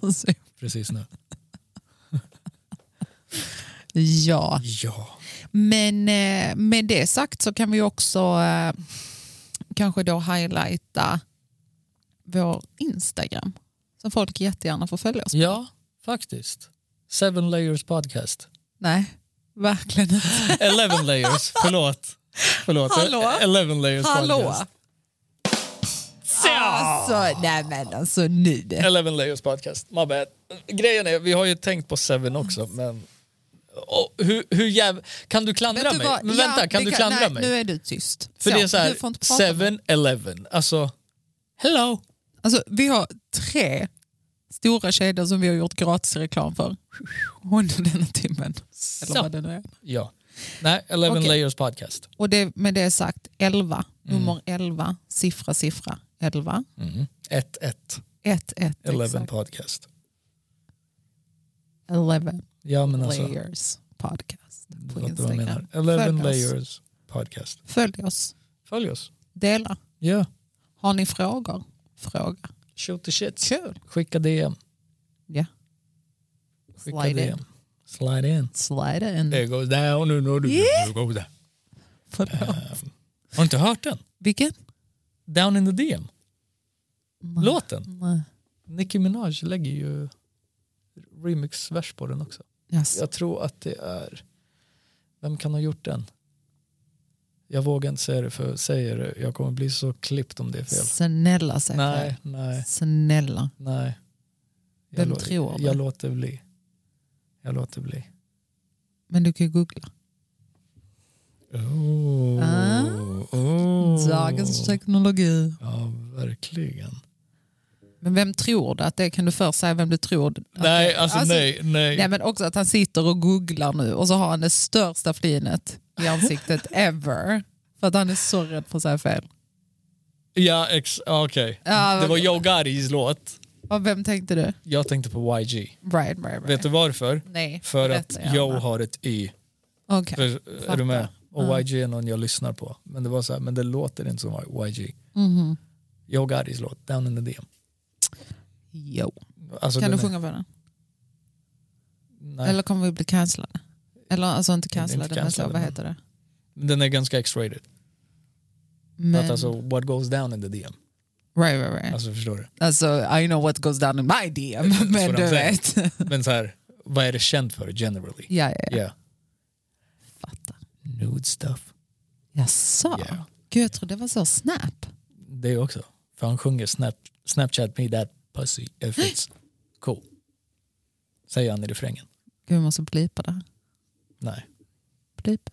A: Alltså,
B: precis nu.
A: ja.
B: Ja,
A: Men eh, med det sagt så kan vi också eh, kanske då highlighta vår Instagram. Som folk jättegärna får följa oss på.
B: ja faktiskt. Seven layers podcast.
A: Nej, verkligen inte.
B: Eleven layers, förlåt. förlåt.
A: Hallå?
B: Eleven layers
A: Hallå!
B: podcast.
A: Alltså, nej men alltså nu.
B: Ah. Eleven layers podcast, my bad. Grejen är, vi har ju tänkt på Seven också, men... Åh, hur, hur jäv... Kan du klandra
A: Vet du
B: mig?
A: vad?
B: Men
A: Ja,
B: vänta, kan
A: det
B: du klandra
A: nej,
B: mig?
A: Nu är du tyst.
B: För det är så
A: du
B: här,
A: får inte prata.
B: 7-Eleven, alltså... Hello!
A: Alltså, vi har tre stora kedjor som vi har gjort gratis reklam för under denna timmen. Eller vad det nu är.
B: Ja. Nej, Eleven
A: Okej.
B: layers podcast.
A: Och det, med det sagt, 11,
B: Mm.
A: nummer 11, siffra, siffra, 11,
B: 1-1.
A: 1, 1,
B: Mm. Eleven podcast.
A: 11
B: Ja, men alltså...
A: layers podcast på
B: fattar vad jag
A: Instagram.
B: menar. Eleven
A: Följ oss.
B: layers podcast.
A: Följ oss,
B: Följ oss.
A: dela.
B: Ja.
A: Har ni frågor? Fråga.
B: Shoot the shit.
A: Kul.
B: Skicka DM.
A: Ja.
B: Skicka
A: Slide in.
B: DM. Slide in.
A: Slide in.
B: Det goes down nu når du yeah. goda.
A: Förlåt.
B: Har du inte hört den?
A: eh, Vilken?
B: Down in the DM. Mm.
A: Nej.
B: Låten.
A: Nej.
B: Nicki Minaj lägger ju remix-vers på den också.
A: Jaså.
B: Jag tror att det är... Vem kan ha gjort den? Jag vågar inte säga det för säger det, jag kommer bli så klippt om det är fel.
A: Snälla säg fel.
B: Nej, nej,
A: Snälla.
B: nej.
A: Vem
B: lå-
A: tror det?
B: jag låter bli. Jag låter bli.
A: Men du kan ju googla.
B: Oh,
A: Ah.
B: oh.
A: Dagens teknologi.
B: Ja, verkligen.
A: Men vem tror det att det är? Kan du först säga vem du tror? att det är?
B: Nej, alltså, nej, nej.
A: Nej men också att han sitter och googlar nu och så har han det största flinet i ansiktet ever. För att han är så rädd för att säga fel.
B: Ja, ex- ja, okej.
A: Ja,
B: Det var Joe Garis låt.
A: Och vem tänkte du?
B: Jag tänkte på YG.
A: Right, right, right.
B: Vet du varför?
A: Nej,
B: För att
A: berätta
B: Joe
A: gärna.
B: har ett Y.
A: Okej.
B: För, är
A: fattar.
B: du med? Och YG är någon jag lyssnar på. Men det var så här, men det låter inte som YG.
A: Mhm.
B: Joe Garis låt, Down in the DM.
A: Jo.
B: Alltså,
A: Kan
B: den
A: du
B: är-
A: sjunga på den?
B: Nej,
A: Eller kommer vi bli cancellade? Eller alltså inte
B: inte
A: cancellade, men så,
B: cancellade,
A: vad
B: men-
A: heter det?
B: den är ganska X-rated. Men... Att
A: Men,
B: alltså, what goes down in the DM.
A: right, right, right.
B: Alltså förstår du?
A: Alltså, I know what goes down in my DM, men
B: what
A: du
B: I'm
A: vet.
B: Men så här, vad är det känt för generally?
A: ja, ja, ja.
B: Yeah.
A: Fattar.
B: Nude stuff.
A: Jaså?
B: Yeah.
A: Gud, jag trodde det var så snap.
B: Det också. För han sjunger snap, Snapchat me that pussy if it's cool. Säger han i refrängen.
A: Gud, vi måste blipa det här.
B: Nej.
A: Blipa.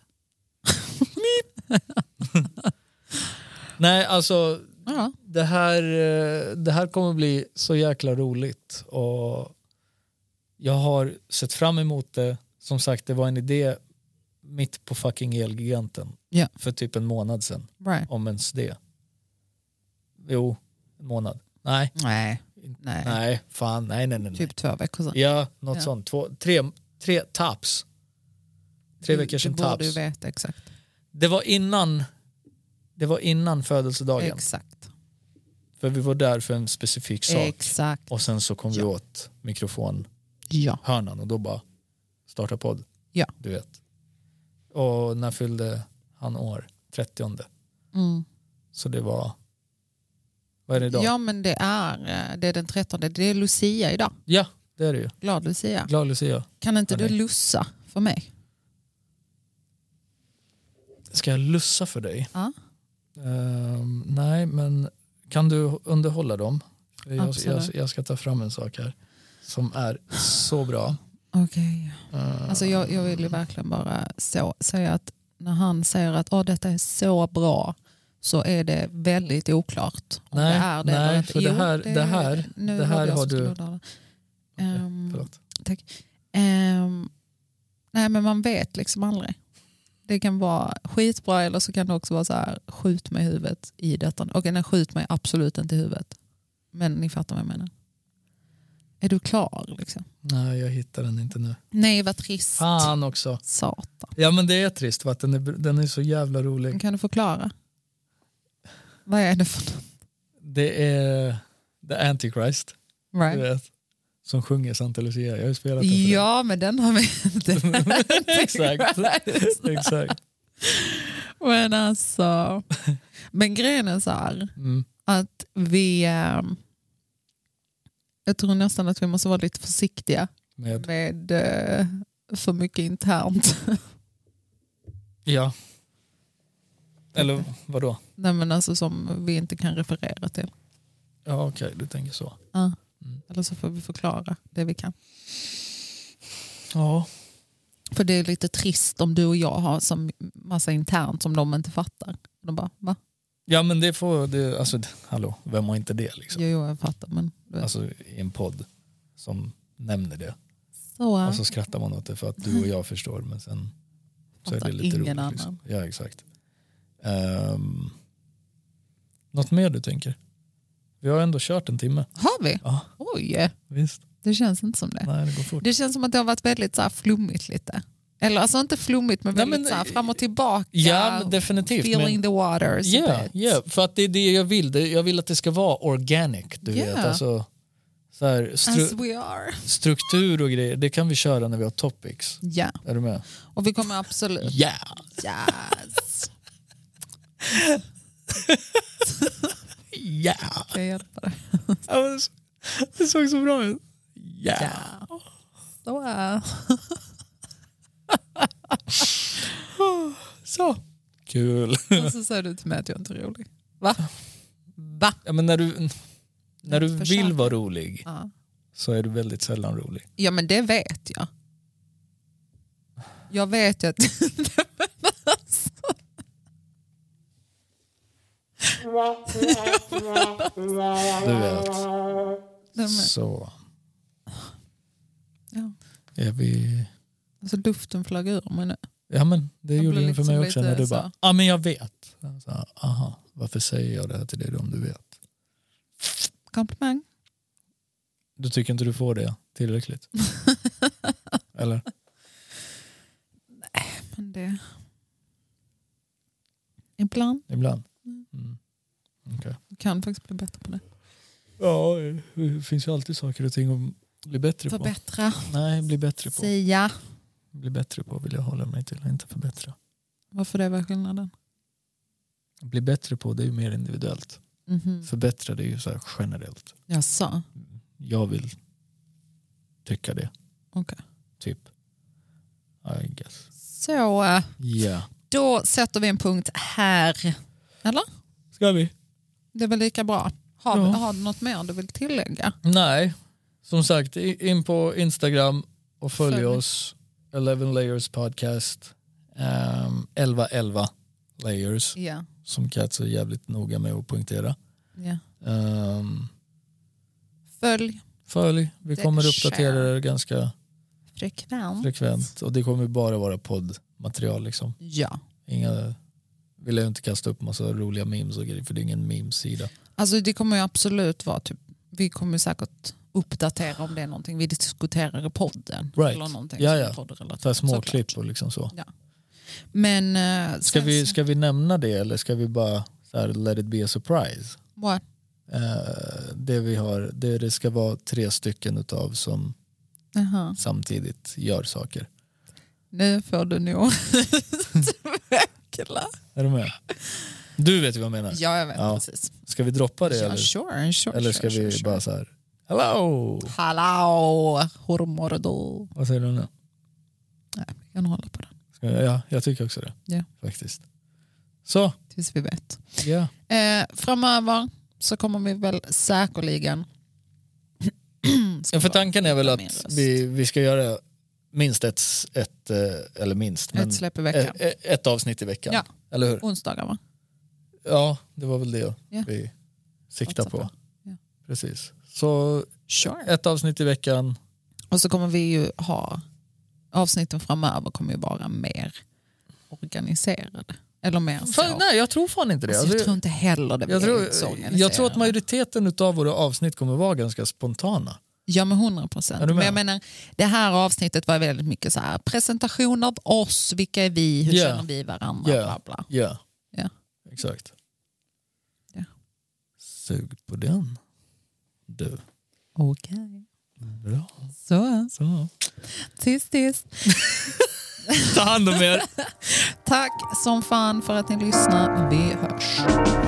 B: Nej, alltså
A: Ja.
B: det här, eh, det här kommer bli så jäkla roligt. Och jag har sett fram emot det. Som sagt, det var en idé mitt på fucking Elgiganten
A: Ja.
B: för typ en månad sedan.
A: Right.
B: Om ens det. Jo, en månad. Nej,
A: Nej. Nej.
B: nej, fan, nej, nej, nej. nej.
A: Typ två veckor sedan.
B: Ja, något
A: Ja.
B: sånt. Två, tre, tre taps. Tre veckor sedan
A: Du Mm, borde ju
B: taps.
A: veta exakt.
B: Det var innan, det var innan födelsedagen.
A: Exakt.
B: För vi var där för en specifik sak.
A: Exakt.
B: Och sen så kom vi
A: Ja.
B: åt mikrofonhörnan
A: Ja.
B: och då bara starta podd.
A: Ja.
B: Du vet. Och när fyllde han år? 30.
A: Mm.
B: Så det var, vad är det idag?
A: Ja men det är, eh, det är den 13. Det är Lucia idag.
B: Ja, det är det ju.
A: Glad Lucia.
B: Glad Lucia.
A: Kan inte
B: Ja,
A: du
B: nej.
A: lussa för mig?
B: Ska jag lussa för dig?
A: Ja.
B: Ehm, nej, men kan du underhålla dem? Jag, jag,
A: Absolut.
B: jag ska ta fram en sak här som är så bra.
A: Okej.
B: Ehm,
A: Alltså jag, jag vill ju verkligen bara så, säga att när han säger att oh, detta är så bra så är det väldigt oklart om
B: Nej,
A: det är det
B: nej,
A: eller inte.
B: för det här- det här-
A: nu
B: det här
A: hörde jag
B: har
A: som
B: du-
A: skulle Ehm,
B: förlåt.
A: ehm, nej men man vet liksom aldrig. Det kan vara skitbra eller så kan det också vara så här skjut mig i huvudet i detta. Okej nej skjut mig absolut inte i huvudet. Men ni fattar vad jag menar. Är du klar? Liksom?
B: Nej, jag hittar den inte nu.
A: Nej, vad trist.
B: Fan också.
A: Satan.
B: Ja men det är trist för att den är, den är så jävla rolig.
A: Kan du förklara? Vad är det för
B: Det är The Antichrist, du
A: right.
B: vet. Som sjunger Santa Lucia. Jag har ju spelat den för
A: Ja, men den har vi inte.
B: dig. Exakt. Exakt.
A: men alltså. Men grejen är så här.
B: Mm.
A: att vi... ehm, Jag tror nästan att vi måste vara lite försiktiga
B: Med,
A: med eh, för mycket internt.
B: ja. Eller vadå?
A: Nej, men alltså som vi inte kan referera till.
B: Ja okej, du tänker så.
A: Ja.
B: Mm.
A: Eller så får vi förklara det vi kan.
B: Ja.
A: För det är lite trist om du och jag har som massa internt som de inte fattar. De bara, va?
B: Ja men det får, det, alltså hallå, vem har inte det liksom?
A: Jo, jo, jag fattar. Men du vet.
B: Alltså i en podd som nämner det.
A: så äh, är
B: Och så skrattar man åt det för att du och jag förstår men sen så är det
A: Fattar
B: lite
A: ingen
B: roligt. Liksom.
A: annan.
B: Ja exakt. Ehm, något mer du tänker? Vi har ändå kört en timme.
A: Har vi?
B: Ja.
A: Oj,
B: Visst,
A: det känns inte som det.
B: nej det går fort.
A: Det känns som att det har varit väldigt så här flummigt lite. Eller alltså inte flummigt men
B: Nej,
A: väldigt
B: men-
A: så här fram och tillbaka.
B: Ja men definitivt.
A: Feeling
B: Men,
A: the waters. a
B: ja,
A: bit.
B: ja, för att det är det jag vill. Det- Jag vill att det ska vara organic. Du
A: Ja. Alltså-
B: vet. Alltså, så här,
A: As
B: stru-
A: we are.
B: struktur och grejer, det kan vi köra när vi har topics.
A: Ja,
B: Är du med?
A: och vi kommer absolut...
B: Ja!
A: Yes!
B: Ja!
A: Kan jag hjälpa dig?
B: Ja, men det- Det såg så bra ut. Ja!
A: Ja. Så äh. är
B: Så. Kul.
A: Och så säger du till mig att jag inte är rolig. Va? Va?
B: Ja, men när du, när du
A: Försök.
B: vill vara rolig
A: Ja.
B: så är du väldigt sällan rolig.
A: ja, men det vet jag. Jag vet ju att...
B: Du vet.
A: Nej, men,
B: Så.
A: Ja.
B: Är vi...
A: alltså, luften flög ur mig nu.
B: Ja men det
A: Jag
B: gjorde
A: blir
B: den för
A: liksom
B: mig också
A: lite
B: när du
A: så.
B: bara, ja men jag vet. Jag sa, Aha, varför säger jag det här till dig då om du vet?
A: Komplimang.
B: Du tycker inte du får det tillräckligt? Eller?
A: Men det... Ibland
B: Ibland?
A: Mm.
B: Mm.
A: kan jag faktiskt bli bättre på det.
B: Ja, det finns ju alltid saker och ting att bli bättre på.
A: Förbättra,
B: Nej, bli bättre på.
A: säga.
B: Bli bättre på vill jag hålla mig till, inte förbättra.
A: Varför det var skillnaden?
B: Bli bättre på det är ju mer individuellt. Mm.
A: Mhm.
B: Förbättra det är ju så här generellt.
A: Jag sa.
B: jag vill tycka det.
A: Okej.
B: Typ. I guess.
A: Så eh,
B: Ja.
A: då sätter vi en punkt här.
B: Ska vi?
A: Det är väl lika bra. Har,
B: Ja.
A: har du något mer du vill tillägga?
B: Nej. Som sagt, i- in på Instagram och följ
A: Följ.
B: oss. 11 layers podcast. Um, 11 11 layers
A: Ja.
B: som Kat är jävligt noga med att poängtera.
A: ja.
B: Ehm,
A: Följ
B: följ, vi
A: Det
B: kommer
A: sker.
B: uppdatera er ganska
A: frekvent.
B: frekvent och det kommer bara vara poddmaterial liksom.
A: Ja.
B: Inga, vill jag inte kasta upp massa roliga memes och grejer för det är ingen memes-sida.
A: Alltså det kommer ju absolut vara typ, vi kommer säkert uppdatera om det är någonting vi diskuterar i podden.
B: Right.
A: Eller någonting
B: Ja,
A: som
B: ja.
A: är poddrelaterat,
B: Så här små
A: såklart.
B: klipp och liksom så.
A: Men eh,
B: Ska
A: sen
B: vi,
A: så-
B: ska vi nämna det eller ska vi bara så här, let it be a surprise?
A: What?
B: Eh, det vi har, det, det ska vara tre stycken utav som
A: Jaha.
B: samtidigt gör saker.
A: Nu får du nog utveckla.
B: Är du med? Du vet ju vad jag menar.
A: Ja, jag vet
B: Ja.
A: precis.
B: Ska vi droppa det
A: Ja,
B: eller,
A: sure, sure,
B: eller ska
A: sure, sure,
B: vi
A: sure.
B: bara så här, hello!
A: Hallå, hormordo.
B: Vad säger du nu?
A: Nej, vi kan hålla på den
B: Ska, ja, jag tycker också det.
A: Ja.
B: Faktiskt. Så,
A: tills vi vet.
B: ja.
A: Eh, framöver så kommer vi väl säkerligen...
B: Ja, för tanken är väl
A: Min
B: att
A: röst.
B: vi, vi ska göra minst ett, ett eh, eller minst, men
A: Ett släpp i
B: eh,
A: veckan.
B: ett, avsnitt i veckan.
A: Ja.
B: Eller hur?
A: Onsdagar va?
B: Ja, det var väl det
A: Ja.
B: vi siktade på.
A: Satsar på. Ja.
B: Precis. Så
A: Sure.
B: ett avsnitt i veckan.
A: Och så kommer vi ju ha... Avsnitten framöver kommer ju vara mer organiserade. Eller mer så.
B: Fan, nej, jag tror fan inte det.
A: alltså, jag
B: Alltså,
A: tror inte heller det
B: jag,
A: blir
B: tror,
A: så
B: jag tror att
A: organiserade.
B: majoriteten av våra avsnitt kommer vara ganska spontana.
A: Ja men 100 procent.
B: Är du med?
A: Men jag menar, det här avsnittet var väldigt mycket så här, presentation av oss, vilka är vi, hur
B: Ja.
A: känner vi varandra,
B: Ja.
A: bla bla.
B: Ja.
A: Ja.
B: Exakt.
A: Ja.
B: Sug på den. Du.
A: Okej,
B: Bra.
A: så
B: Så.
A: tyst tyst.
B: Ta hand om er.
A: Tack som fan för att ni lyssnar. Vi hörs.